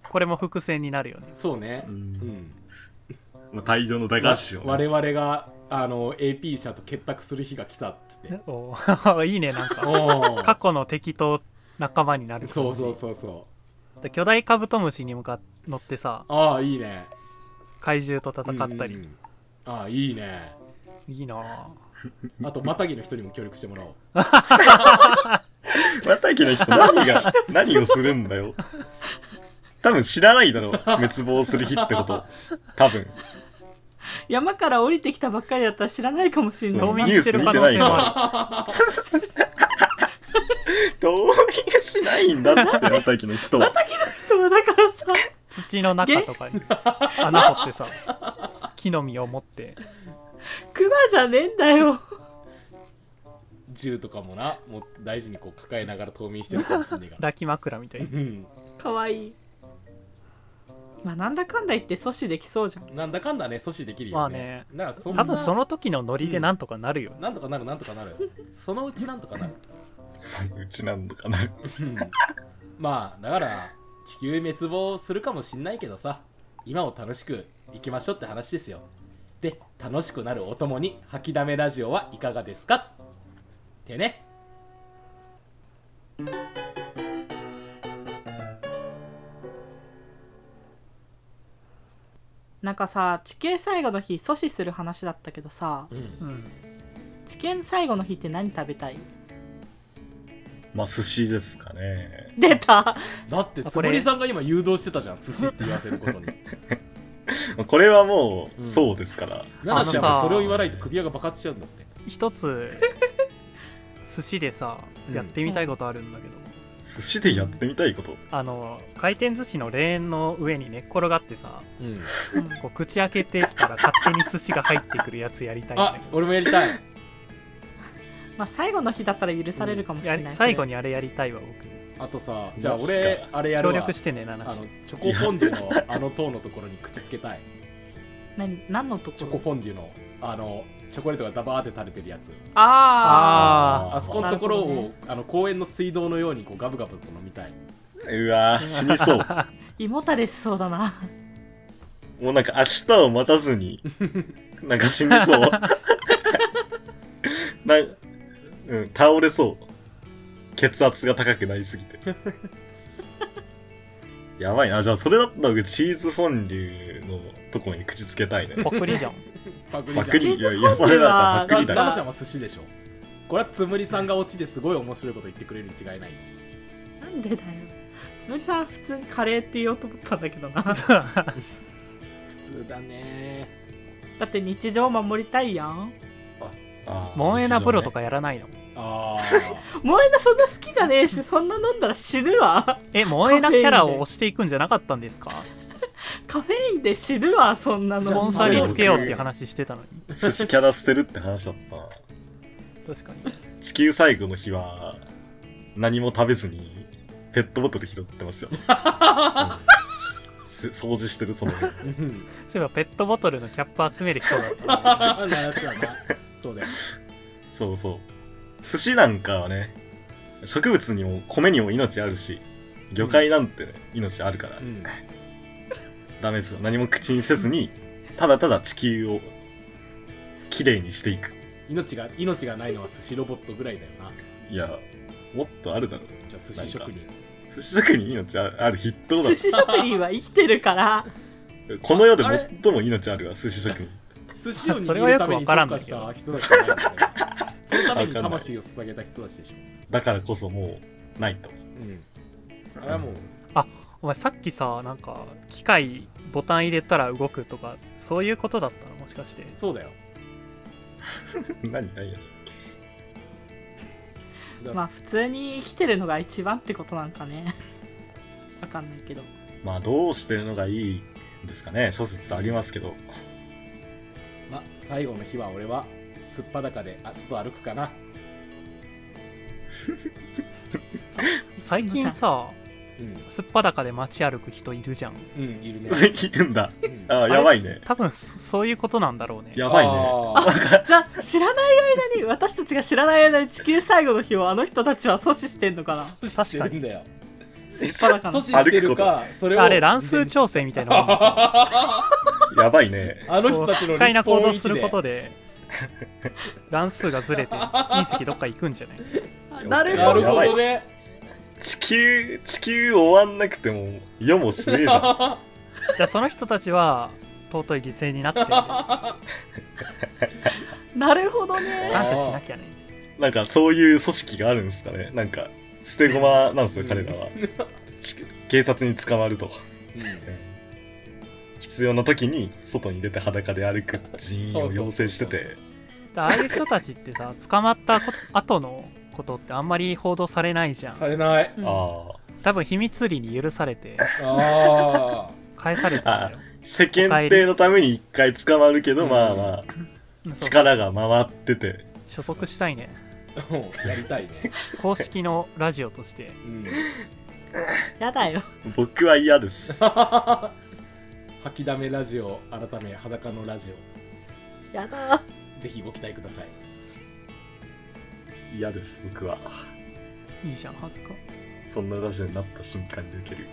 Speaker 4: これも伏線になるよね
Speaker 2: そうね
Speaker 3: う
Speaker 2: うんん、
Speaker 3: まあ、大量の駄菓子を、
Speaker 2: 我々があの AP 社と結託する日が来たっつって
Speaker 4: おー <laughs> いいねなんか
Speaker 2: お
Speaker 4: 過
Speaker 2: お
Speaker 4: 去の敵と仲間になる
Speaker 2: そうそうそうそう
Speaker 4: う巨大カブトムシに向かっ乗ってさ
Speaker 2: ああいいね
Speaker 4: 怪獣と戦った
Speaker 2: うんうんう
Speaker 4: り
Speaker 2: んああいいね
Speaker 4: いいなぁ
Speaker 2: あとマタギの人にも協力してもらおう
Speaker 3: またきの人何
Speaker 4: <laughs>
Speaker 3: が、何をするんだよ。多分知らないだろう。滅亡する日ってこと。多分。
Speaker 1: 山から降りてきたばっかりだったら知らないかもしん
Speaker 3: そ
Speaker 1: な
Speaker 4: 冬
Speaker 1: い
Speaker 3: う
Speaker 4: 眠
Speaker 3: ニュー
Speaker 4: し
Speaker 3: ス
Speaker 4: て
Speaker 3: 見
Speaker 4: る
Speaker 3: て
Speaker 4: 可能
Speaker 3: ない
Speaker 4: 性
Speaker 3: ん
Speaker 4: も
Speaker 3: だ。
Speaker 4: あ
Speaker 3: どう
Speaker 4: <laughs>
Speaker 3: にかしないんだって、またきの人は。
Speaker 1: そうだからさ
Speaker 4: る土の中と
Speaker 2: <laughs>
Speaker 4: かに穴掘ってさ木の実を持って
Speaker 1: クマじゃねえんだよ
Speaker 2: 銃とかもなもう大事にこう抱えながら冬眠してるかもしんねえから
Speaker 4: 抱き枕みたいな
Speaker 2: うん
Speaker 1: かわいいまあなんだかんだ言って阻止できそうじゃん
Speaker 2: なんだかんだね阻止できるよ
Speaker 4: まあ
Speaker 2: ね
Speaker 4: ね
Speaker 2: だからそんな
Speaker 4: 多分その時のノリでなんとかなるよね
Speaker 2: なんとかなるなんとかなるそのうちなんとかなる
Speaker 3: そのうちなんのかな。
Speaker 2: うんまあだから地球滅亡するかもしんないけどさ今を楽しくいきましょうって話ですよで楽しくなるお供に吐きだめラジオはいかがですかってね
Speaker 1: なんかさ地球最後の日阻止する話だったけどさ
Speaker 2: うん
Speaker 4: うん
Speaker 1: 地球最後の日って何食べたい
Speaker 3: まあ、寿司ですかね。
Speaker 1: 出た
Speaker 2: だって
Speaker 4: あ
Speaker 2: つ
Speaker 4: こ
Speaker 2: む
Speaker 4: れ
Speaker 2: りさんが今誘導してたじゃん寿司って言わせることに
Speaker 3: これはもう、そうですから。
Speaker 2: なん
Speaker 4: あの
Speaker 2: か
Speaker 4: さ
Speaker 2: それを言わないと首輪が爆発しちゃうんだって
Speaker 4: 一
Speaker 2: <laughs>
Speaker 4: つ寿司でさ
Speaker 2: うん
Speaker 4: やってみたいことあるんだけど、
Speaker 3: 寿司でやってみたいこと。
Speaker 4: あの回転寿司のレーンの上に寝っ転がってさ
Speaker 2: うん
Speaker 1: うん
Speaker 4: こう口開けてきたら勝手に寿司が入ってくるやつやりたいんだ
Speaker 2: あ
Speaker 4: け
Speaker 2: 俺もやりたい
Speaker 1: <laughs> まあ最後の日だったら許されるかもし
Speaker 4: ど
Speaker 1: れ
Speaker 4: や
Speaker 1: ない、
Speaker 4: り最後
Speaker 1: に
Speaker 4: にあれやりたいわ
Speaker 2: あとさじゃあ
Speaker 3: マジか
Speaker 2: 俺あれや
Speaker 4: 僕
Speaker 2: る
Speaker 4: 協
Speaker 2: わ
Speaker 4: 力してねな
Speaker 2: あ
Speaker 4: 話
Speaker 2: のチョコフォンデュのあの塔のところに口つけたい
Speaker 1: 何何のと
Speaker 2: チ
Speaker 1: こ
Speaker 2: ョコ
Speaker 1: ろ
Speaker 2: フォンデュのあのチョコレートがダバーって垂れてるやつ
Speaker 1: あ
Speaker 4: あ
Speaker 2: あそこのところを、
Speaker 1: なるほど
Speaker 2: あの公園の水道のようにこうガブガブと飲みたい、
Speaker 3: うわー死にそう。
Speaker 1: あ胃もたれしそうだな
Speaker 3: もうなんか明日を待たずに、なんか死にそう。な、うん、倒れそう。血圧が高くなりすぎて。やばいな。じゃあ、それだったら僕チーズフォンデュのとこに口つけたいね。
Speaker 4: <laughs> パクリじゃん
Speaker 2: パクリ
Speaker 3: パ
Speaker 2: じ
Speaker 3: ク
Speaker 2: ゃん
Speaker 3: リ、い
Speaker 1: チーズフォンデュは
Speaker 3: や、いや、それだったらパクリ
Speaker 2: な
Speaker 3: だな。
Speaker 2: ななちゃんは寿司でしょこれはつむりさんがオチですごい面白いこと言ってくれるに違いない
Speaker 1: <laughs> なんでだよつむりさん普通にカレーって言おうと思ったんだけどなだ
Speaker 2: 普通だね
Speaker 1: って日常を守りたいやん
Speaker 3: あー
Speaker 4: モンエナプロと。
Speaker 3: 一
Speaker 4: かやらないの
Speaker 2: あ
Speaker 1: 萌えなそんな好きじゃねえしそんな飲んだら死ぬわ
Speaker 4: えモンエナキャラを押していくんじゃなかったんですか
Speaker 1: カフェインで死ぬわそんなの
Speaker 4: スポンサーにつけようっていう話してたのに
Speaker 3: 応ね寿司キャラ捨てるって話だったな。
Speaker 4: 確かに
Speaker 3: 地球最後の日は、何も食べずに、ペットボトル拾ってますよ。
Speaker 2: <laughs>
Speaker 3: うんせ掃除してる、その辺。
Speaker 2: あうん <laughs>
Speaker 4: そういえばペットボトルのキャップ集める人だったな
Speaker 2: なるほどなそうだよ
Speaker 3: そうそう。寿司なんかはね、植物にも米にも命あるし、魚介なんてね、命あるから
Speaker 2: う、ん
Speaker 3: ダメですよ。何も口にせずに、ただただ地球を、きれいにしていく。
Speaker 2: 命が命がないのは寿司ロボットぐらいだよない
Speaker 3: や、もっとあるだろ。
Speaker 2: じゃあ寿司職人
Speaker 3: 寿司職人に命あるある筆頭だ
Speaker 1: 寿司職人は生きてるから
Speaker 3: ろ。この世で
Speaker 2: あれ
Speaker 3: 最も命あるわ、寿司職人。
Speaker 2: 寿司を
Speaker 4: それ
Speaker 2: 握
Speaker 4: は
Speaker 2: る
Speaker 4: よ
Speaker 2: た
Speaker 4: く
Speaker 2: め
Speaker 4: わ
Speaker 2: に
Speaker 4: から
Speaker 2: 特
Speaker 4: んだ
Speaker 2: 化
Speaker 4: け
Speaker 2: し
Speaker 4: ど
Speaker 2: た人たちじゃないからねそのために魂を捧げた人たちでしょ
Speaker 3: だからこそもう、ないと。
Speaker 2: うんあれはもう
Speaker 4: お前さっきさなんか機械ボタン入れたら動くとかそういうことだったのもしかして
Speaker 2: そうだよ
Speaker 3: 何何
Speaker 2: だ
Speaker 1: まあ普通に生きてるのが一番ってことなんかねわかんないけど
Speaker 3: まあ、どうしてるのがいいんですかね。諸説ありますけど。
Speaker 2: まあ最後の日は俺はすっぱだかであちょっと歩くかな
Speaker 4: 最近さ
Speaker 2: うん
Speaker 4: すっぱだかで街歩く人いるじゃん
Speaker 2: うん
Speaker 4: <laughs>
Speaker 2: いるね、
Speaker 3: いるんだ。
Speaker 2: うん
Speaker 3: あーやばいね。
Speaker 4: 多分そそういうことなんだろうね
Speaker 3: やばいね。
Speaker 2: あー
Speaker 1: じゃあ知らない間に私たちが知らない間に地球最後の日をあの人たちは阻止してんのかな
Speaker 2: 阻止してるんだよ
Speaker 1: 立派だか
Speaker 2: 阻
Speaker 1: ら
Speaker 2: 止してるかそれを
Speaker 4: あれ乱数調整みたいなもんでさ
Speaker 3: <laughs> やばいね。
Speaker 2: あの
Speaker 4: こ
Speaker 2: 人
Speaker 4: う
Speaker 2: たち
Speaker 4: 不
Speaker 2: の
Speaker 4: 快
Speaker 2: リ
Speaker 4: な
Speaker 2: ス
Speaker 4: 行
Speaker 2: ポー
Speaker 4: 動
Speaker 2: ン位
Speaker 4: す
Speaker 2: 置
Speaker 4: る
Speaker 2: で
Speaker 4: ことで乱数がずれて隕石どっか行くんじゃない
Speaker 1: なる
Speaker 2: な
Speaker 1: ほ
Speaker 2: る
Speaker 1: ど
Speaker 2: ほどね
Speaker 3: 地球、地球終わんなくても、世もすえじゃ
Speaker 2: <laughs>
Speaker 3: ん。
Speaker 4: じゃあその人たちは尊い犠牲になって
Speaker 1: なるほどね
Speaker 4: 感謝しなきゃね
Speaker 3: なんかそういう組織があるんですかね。なんか、捨て駒なんですよ、
Speaker 2: うん
Speaker 3: 彼らは。ち警察に捕まると。
Speaker 2: うん
Speaker 3: 必要な時に、外に出て裸で歩く人員を要請してて。
Speaker 4: だああいう人たちってさ捕まったこ後のことってあんまり報道されないじゃん
Speaker 2: されない
Speaker 1: うん
Speaker 3: ああ。
Speaker 4: 多分秘密裏に許されて
Speaker 2: あ
Speaker 4: 返されたんだよ
Speaker 3: 世間体のために一回捕まるけど、
Speaker 2: うん
Speaker 3: まあまあ、
Speaker 4: うんそう
Speaker 3: 力が回ってて。
Speaker 4: 所属したいね
Speaker 2: あもうやりたいね
Speaker 4: 公式のラジオとして
Speaker 2: うん
Speaker 1: やだよ
Speaker 3: 僕は嫌です。
Speaker 2: 吐きだめラジオ改め裸のラジオ
Speaker 1: やだ
Speaker 2: ぜひご期待ください
Speaker 3: 嫌です、僕は。
Speaker 4: いいじゃん裸
Speaker 3: そんなラジオになった瞬間に受ける。